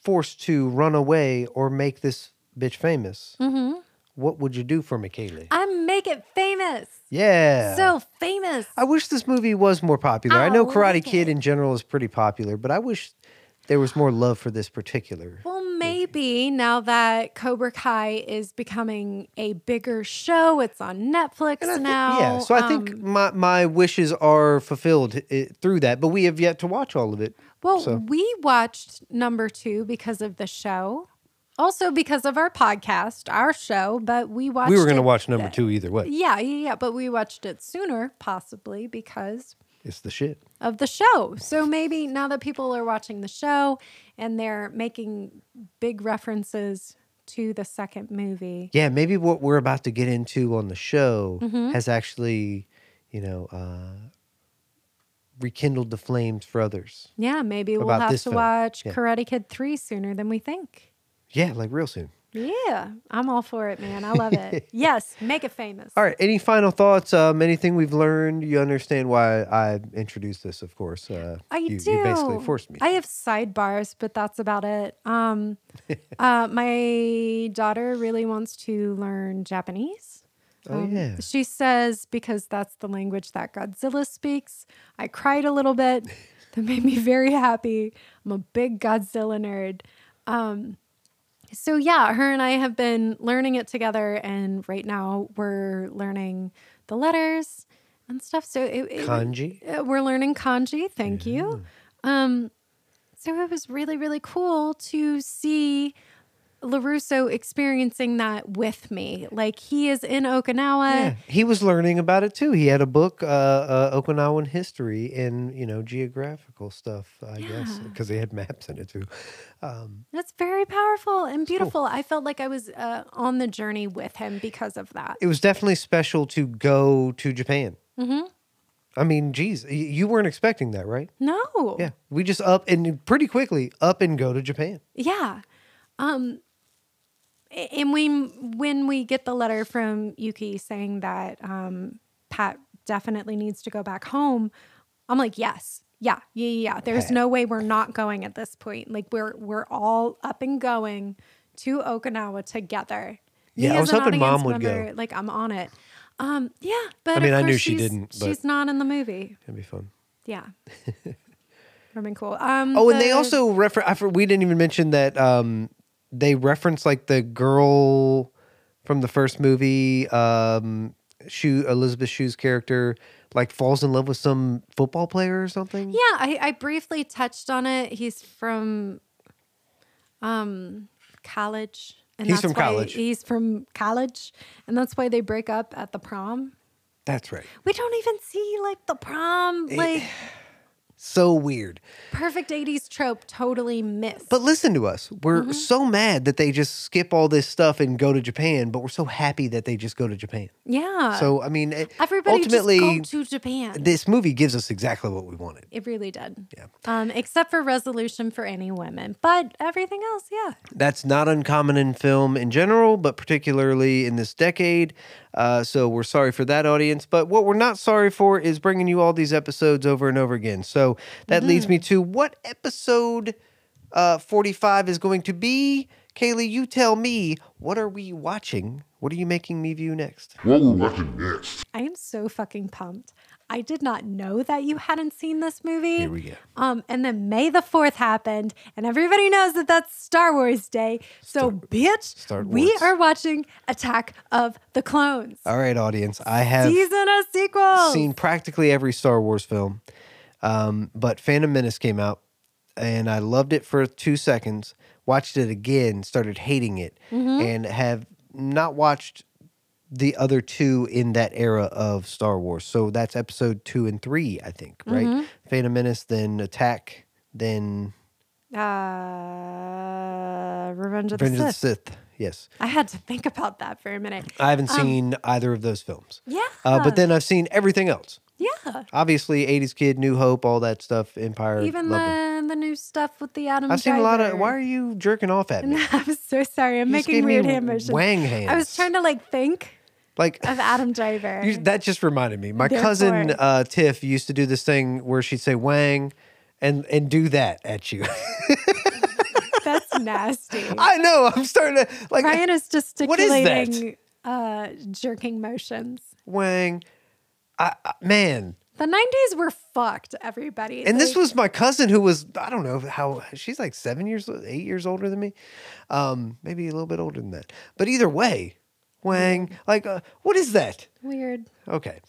[SPEAKER 4] forced to run away or make this bitch famous,
[SPEAKER 5] Mhm.
[SPEAKER 4] what would you do for McKaylee?
[SPEAKER 5] I make it famous.
[SPEAKER 4] yeah.
[SPEAKER 5] So Oh, famous.
[SPEAKER 4] I wish this movie was more popular. I, know
[SPEAKER 5] I
[SPEAKER 4] Karate
[SPEAKER 5] like
[SPEAKER 4] Kid
[SPEAKER 5] it.
[SPEAKER 4] in general is pretty popular, but I wish there was more love for this particular.
[SPEAKER 5] Well, maybe now that Cobra Kai is becoming a bigger show, it's on Netflix
[SPEAKER 4] And I thi-
[SPEAKER 5] now.
[SPEAKER 4] yeah, so I think
[SPEAKER 5] um,
[SPEAKER 4] my, my wishes are fulfilled i through that, but we have yet to watch all of it.
[SPEAKER 5] Well,
[SPEAKER 4] So-
[SPEAKER 5] we watched number two because of the show, also because of our podcast, our show, but we watched.
[SPEAKER 4] we were going
[SPEAKER 5] it-
[SPEAKER 4] to watch number two either way.
[SPEAKER 5] Yeah, yeah, yeah. But we watched it sooner, possibly because
[SPEAKER 4] It's the shit.
[SPEAKER 5] of the show. So maybe now that people are watching the show and they're making big references to the second movie.
[SPEAKER 4] Yeah, maybe what we're about to get into on the show
[SPEAKER 5] Mm-hmm.
[SPEAKER 4] has actually, you know, uh, rekindled the flames for others.
[SPEAKER 5] Yeah, maybe we'll
[SPEAKER 4] About
[SPEAKER 5] have to
[SPEAKER 4] this film,
[SPEAKER 5] watch
[SPEAKER 4] yeah.
[SPEAKER 5] Karate Kid 3 sooner than we think.
[SPEAKER 4] Yeah, like real soon.
[SPEAKER 5] Yeah, I'm all for it, man. I love it. yes, make it famous.
[SPEAKER 4] All right. Any final thoughts? Um, anything we've learned? You understand why I introduced this, of course. Uh,
[SPEAKER 5] I
[SPEAKER 4] you,
[SPEAKER 5] do.
[SPEAKER 4] You basically forced me.
[SPEAKER 5] I have sidebars, but that's about it. Um, uh, my daughter really wants to learn Japanese.
[SPEAKER 4] Oh,
[SPEAKER 5] Um,
[SPEAKER 4] yeah.
[SPEAKER 5] She says because that's the language that Godzilla speaks. I cried a little bit. That made me very happy. I'm a big Godzilla nerd. Um, so yeah, her and I have been learning it together, and right now we're learning the letters and stuff. So it, it-
[SPEAKER 4] Kanji.
[SPEAKER 5] uh, we're learning kanji. Thank you. Um, so it was really, really cool to see LaRusso experiencing that with me. Like he is in Okinawa.
[SPEAKER 4] Yeah, he was learning about it too. He had a book, uh, uh, Okinawan history and you know geographical stuff. I guess because they had maps in it too.
[SPEAKER 5] That's very powerful and beautiful. I felt like I was uh, on the journey with him because of that.
[SPEAKER 4] It was definitely special to go to Japan. Mm-hmm. I mean, geez, y- you weren't expecting that, right?
[SPEAKER 5] no.
[SPEAKER 4] Yeah, we just up and pretty quickly up and go to Japan.
[SPEAKER 5] Yeah. Um a- and we when we get the letter from Yuki saying that um Pat definitely needs to go back home, I'm like, yes. Yeah. Yeah, yeah. yeah. There's no way we're not going at this point. Like we're we're all up and going to Okinawa together.
[SPEAKER 4] Yeah, I
[SPEAKER 5] as
[SPEAKER 4] was
[SPEAKER 5] an
[SPEAKER 4] hoping Mom
[SPEAKER 5] audience
[SPEAKER 4] would go.
[SPEAKER 5] member, Like I'm on it. Um yeah, but
[SPEAKER 4] I mean,
[SPEAKER 5] of
[SPEAKER 4] I knew
[SPEAKER 5] course
[SPEAKER 4] she
[SPEAKER 5] she's-
[SPEAKER 4] didn't, but-
[SPEAKER 5] She's not in the movie.
[SPEAKER 4] That'd be fun.
[SPEAKER 5] Yeah. I mean, cool. Um,
[SPEAKER 4] Oh, and they
[SPEAKER 5] the-
[SPEAKER 4] also refer. I, for- we didn't even mention that um, they reference like the girl from the first movie. Um, Shoe Elizabeth Shoe's character like falls in love with some football player or something.
[SPEAKER 5] Yeah, I, I briefly touched on it. He's from um college. And
[SPEAKER 4] He's from
[SPEAKER 5] why-
[SPEAKER 4] college.
[SPEAKER 5] He's from college. And that's why they break up at the prom.
[SPEAKER 4] that's right.
[SPEAKER 5] We don't even see like the prom,
[SPEAKER 4] Eh,
[SPEAKER 5] like
[SPEAKER 4] So weird.
[SPEAKER 5] perfect 80s trope totally missed.
[SPEAKER 4] But listen to us. We're
[SPEAKER 5] Mm-hmm.
[SPEAKER 4] so mad that they just skip all this stuff and go to Japan, but we're so happy that they just go to Japan.
[SPEAKER 5] yeah.
[SPEAKER 4] so I mean, it-
[SPEAKER 5] everybody
[SPEAKER 4] ultimately,
[SPEAKER 5] just go to Japan.
[SPEAKER 4] this movie gives us exactly what we wanted.
[SPEAKER 5] it really did.
[SPEAKER 4] Yeah.
[SPEAKER 5] Um, except for resolution for any women. But everything else, yeah.
[SPEAKER 4] That's not uncommon in film in general, but particularly in this decade. Uh, so we're sorry for that audience. But what we're not sorry for is bringing you all these episodes over and over again. So that leads me to what episode uh, 45 is going to be. Kaylee, you tell me, what are we watching? What are you making me view next?
[SPEAKER 7] What we're watching next?
[SPEAKER 5] I am so fucking pumped. I did not know that you hadn't seen this movie.
[SPEAKER 4] Here we go.
[SPEAKER 5] Um, and then May the 4th happened, and everybody knows that that's Star Wars Day. So, bitch,
[SPEAKER 4] Star
[SPEAKER 5] we
[SPEAKER 4] Wars.
[SPEAKER 5] are watching Attack of the Clones.
[SPEAKER 4] All right, audience, I have
[SPEAKER 5] Season a sequel.
[SPEAKER 4] seen practically every Star Wars film, um, but Phantom Menace came out, and I loved it for two seconds. Watched it again, started hating it,
[SPEAKER 5] Mm-hmm.
[SPEAKER 4] and have not watched the other two in that era of Star Wars. So that's episode two and three, I think. Right,
[SPEAKER 5] Mm-hmm.
[SPEAKER 4] Phantom Menace, then Attack, then
[SPEAKER 5] Uh, Revenge of the
[SPEAKER 4] Revenge of the
[SPEAKER 5] Sith. Um.
[SPEAKER 4] Sith. Yes,
[SPEAKER 5] I had to think about that for a minute.
[SPEAKER 4] I haven't seen either of those films.
[SPEAKER 5] Yeah.
[SPEAKER 4] Uh, but then I've seen everything else.
[SPEAKER 5] yeah.
[SPEAKER 4] Obviously, '80s kid, New Hope, all that stuff, Empire.
[SPEAKER 5] Even
[SPEAKER 4] loved 'em.
[SPEAKER 5] the, the new stuff with the Adam
[SPEAKER 4] I've seen a lot of.
[SPEAKER 5] Driver.
[SPEAKER 4] Why are you jerking off at me?
[SPEAKER 5] I'm so sorry. I'm
[SPEAKER 4] You just
[SPEAKER 5] making
[SPEAKER 4] gave me
[SPEAKER 5] weird hand motions.
[SPEAKER 4] Wang
[SPEAKER 5] I
[SPEAKER 4] hands.
[SPEAKER 5] was trying to like think
[SPEAKER 4] Like
[SPEAKER 5] of Adam Driver.
[SPEAKER 4] you, that just reminded me. My cousin
[SPEAKER 5] Therefore-
[SPEAKER 4] uh, Tiff used to do this thing where she'd say "Wang," and and do that at you.
[SPEAKER 5] That's nasty.
[SPEAKER 4] I know. I'm starting to like
[SPEAKER 5] Brian is
[SPEAKER 4] What is that?
[SPEAKER 5] gesticulating uh, jerking motions.
[SPEAKER 4] Wang. I, I, man,
[SPEAKER 5] The 90s were fucked, everybody.
[SPEAKER 4] and this
[SPEAKER 5] Like,
[SPEAKER 4] was my cousin who was I don't know how she's like seven years, eight years older than me, um, maybe a little bit older than that. But either way, Wang, like uh, what is that?
[SPEAKER 5] weird.
[SPEAKER 4] Okay,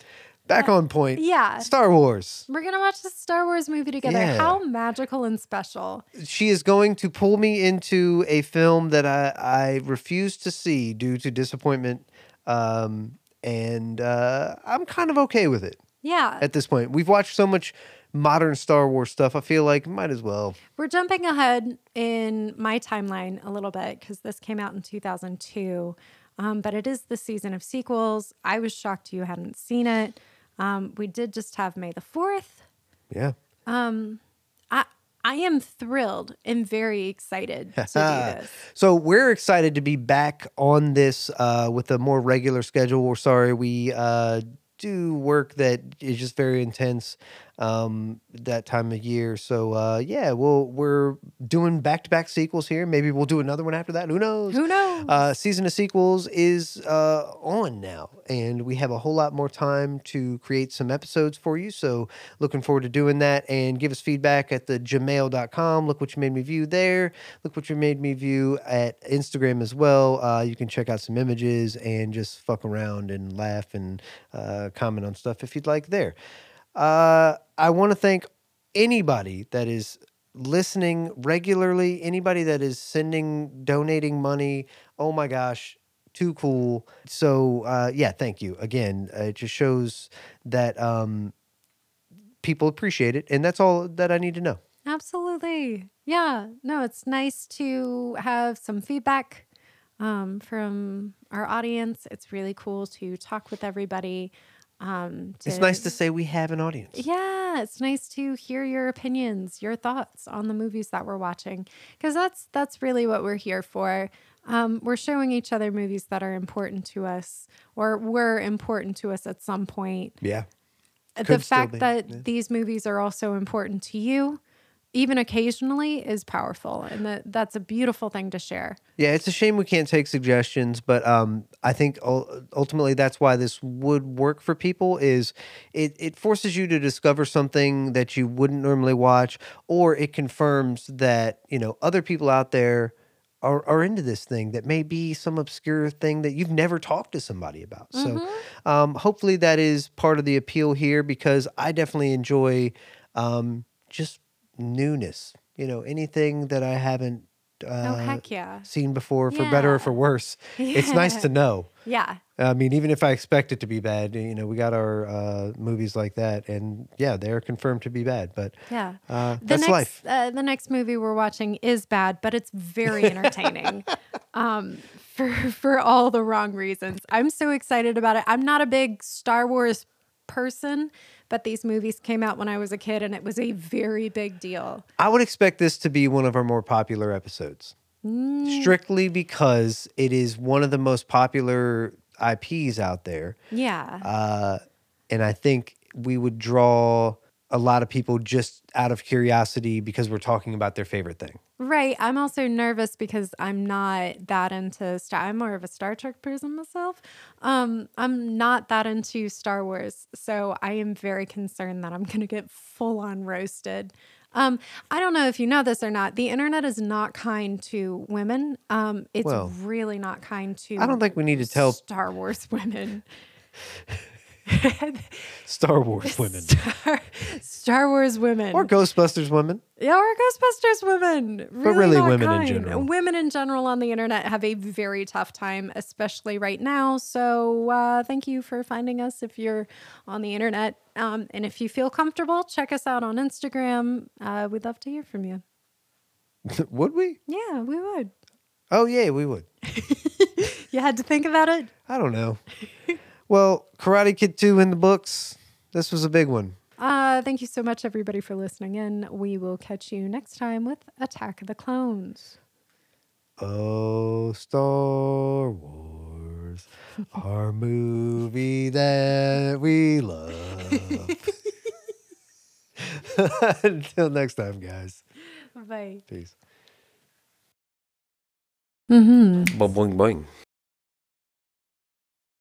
[SPEAKER 4] back on point.
[SPEAKER 5] Uh, yeah.
[SPEAKER 4] Star Wars.
[SPEAKER 5] We're going to watch the Star Wars movie together.
[SPEAKER 4] Yeah.
[SPEAKER 5] How magical and special.
[SPEAKER 4] she is going to pull me into a film that I, I refuse to see due to disappointment. Um, and uh, I'm kind of okay with it
[SPEAKER 5] Yeah.
[SPEAKER 4] at this point. We've watched so much modern Star Wars stuff. I feel like might as well.
[SPEAKER 5] We're jumping ahead in my timeline a little bit because this came out in 2002, um, but it is the season of sequels. I was shocked you hadn't seen it. Um, we did just have May the 4th.
[SPEAKER 4] Yeah.
[SPEAKER 5] I, I am thrilled and very excited to do this.
[SPEAKER 4] So we're excited to be back on this uh, with a more regular schedule. We're sorry we uh, do work that is just very intense um, that time of year. So uh, yeah, we'll we're doing back to back sequels here. Maybe we'll do another one after that. Who knows?
[SPEAKER 5] Who knows?
[SPEAKER 4] Uh, season of sequels is uh, on now, and we have a whole lot more time to create some episodes for you. So, looking forward to doing that. And give us feedback at the gmail.com. Look what you made me view there. Look what you made me view at Instagram as well. Uh, you can check out some images and just fuck around and laugh and uh, comment on stuff if you'd like there. Uh, I want to thank anybody that is listening regularly, anybody that is sending, donating money. Oh my gosh, too cool. So, uh, yeah, thank you again. Uh, it just shows that um, people appreciate it. And that's all that I need to know.
[SPEAKER 5] Absolutely. Yeah. No, it's nice to have some feedback um, from our audience. It's really cool to talk with everybody. Um,
[SPEAKER 4] It's nice to say we have an audience.
[SPEAKER 5] Yeah, it's nice to hear your opinions, your thoughts on the movies that we're watching, because that's that's really what we're here for. Um, we're showing each other movies that are important to us, or were important to us at some point.
[SPEAKER 4] Yeah.
[SPEAKER 5] the
[SPEAKER 4] Could still
[SPEAKER 5] fact
[SPEAKER 4] be,
[SPEAKER 5] that
[SPEAKER 4] yeah.
[SPEAKER 5] these movies are also important to you, even occasionally, is powerful, and that that's a beautiful thing to share.
[SPEAKER 4] Yeah, it's a shame we can't take suggestions, but um, I think ul- ultimately that's why this would work for people. Is it it forces you to discover something that you wouldn't normally watch, or it confirms that you know other people out there are are into this thing that may be some obscure thing that you've never talked to somebody about. So, um, hopefully that is part of the appeal here because I definitely enjoy um, just newness. You know, anything that I haven't. Uh,
[SPEAKER 5] oh heck yeah,
[SPEAKER 4] seen before for better or
[SPEAKER 5] Yeah.
[SPEAKER 4] for worse. It's nice to know.
[SPEAKER 5] yeah,
[SPEAKER 4] I mean, even if I expect it to be bad, you know, we got our uh, movies like that, and yeah, they're confirmed to be bad, but
[SPEAKER 5] yeah.
[SPEAKER 4] uh,
[SPEAKER 5] the
[SPEAKER 4] that's
[SPEAKER 5] next,
[SPEAKER 4] life.
[SPEAKER 5] Uh, the next movie we're watching is bad, but it's very entertaining um, for for all the wrong reasons. I'm so excited about it. I'm not a big Star Wars person, but these movies came out when I was a kid, and it was a very big deal.
[SPEAKER 4] I would expect this to be one of our more popular episodes, strictly because it is one of the most popular IPs out there.
[SPEAKER 5] Yeah,
[SPEAKER 4] Uh, and I think we would draw a lot of people just out of curiosity because we're talking about their favorite thing.
[SPEAKER 5] Right. I'm also nervous because I'm not that into Star. I'm more of a Star Trek person myself. Um, I'm not that into Star Wars, so I am very concerned that I'm going to get full on roasted. Um, I don't know if you know this or not. The internet is not kind to women. Um, it's
[SPEAKER 4] Well,
[SPEAKER 5] really not kind to.
[SPEAKER 4] I don't think we need to tell
[SPEAKER 5] Star Wars women.
[SPEAKER 4] Star Wars women
[SPEAKER 5] Star, Star Wars women.
[SPEAKER 4] or Ghostbusters women.
[SPEAKER 5] Yeah, or Ghostbusters women. Really
[SPEAKER 4] really
[SPEAKER 5] not
[SPEAKER 4] women in
[SPEAKER 5] kind.
[SPEAKER 4] general.
[SPEAKER 5] Women in general on the internet have a very tough time, especially right now. So uh, thank you for finding us if you're on the internet. Um, and if you feel comfortable, check us out on Instagram. Uh, we'd love to hear from you.
[SPEAKER 4] would we?
[SPEAKER 5] Yeah, we would.
[SPEAKER 4] Oh, yeah, we would.
[SPEAKER 5] You had to think about it.
[SPEAKER 4] I don't know. well, Karate Kid 2 in the books. This was a big one.
[SPEAKER 5] Uh, thank you so much, everybody, for listening in. We will catch you next time with Attack of the Clones.
[SPEAKER 4] Oh, Star Wars, our movie that we love. Until next time, guys.
[SPEAKER 5] Bye.
[SPEAKER 4] Peace.
[SPEAKER 5] Mm-hmm.
[SPEAKER 4] Boing, boing.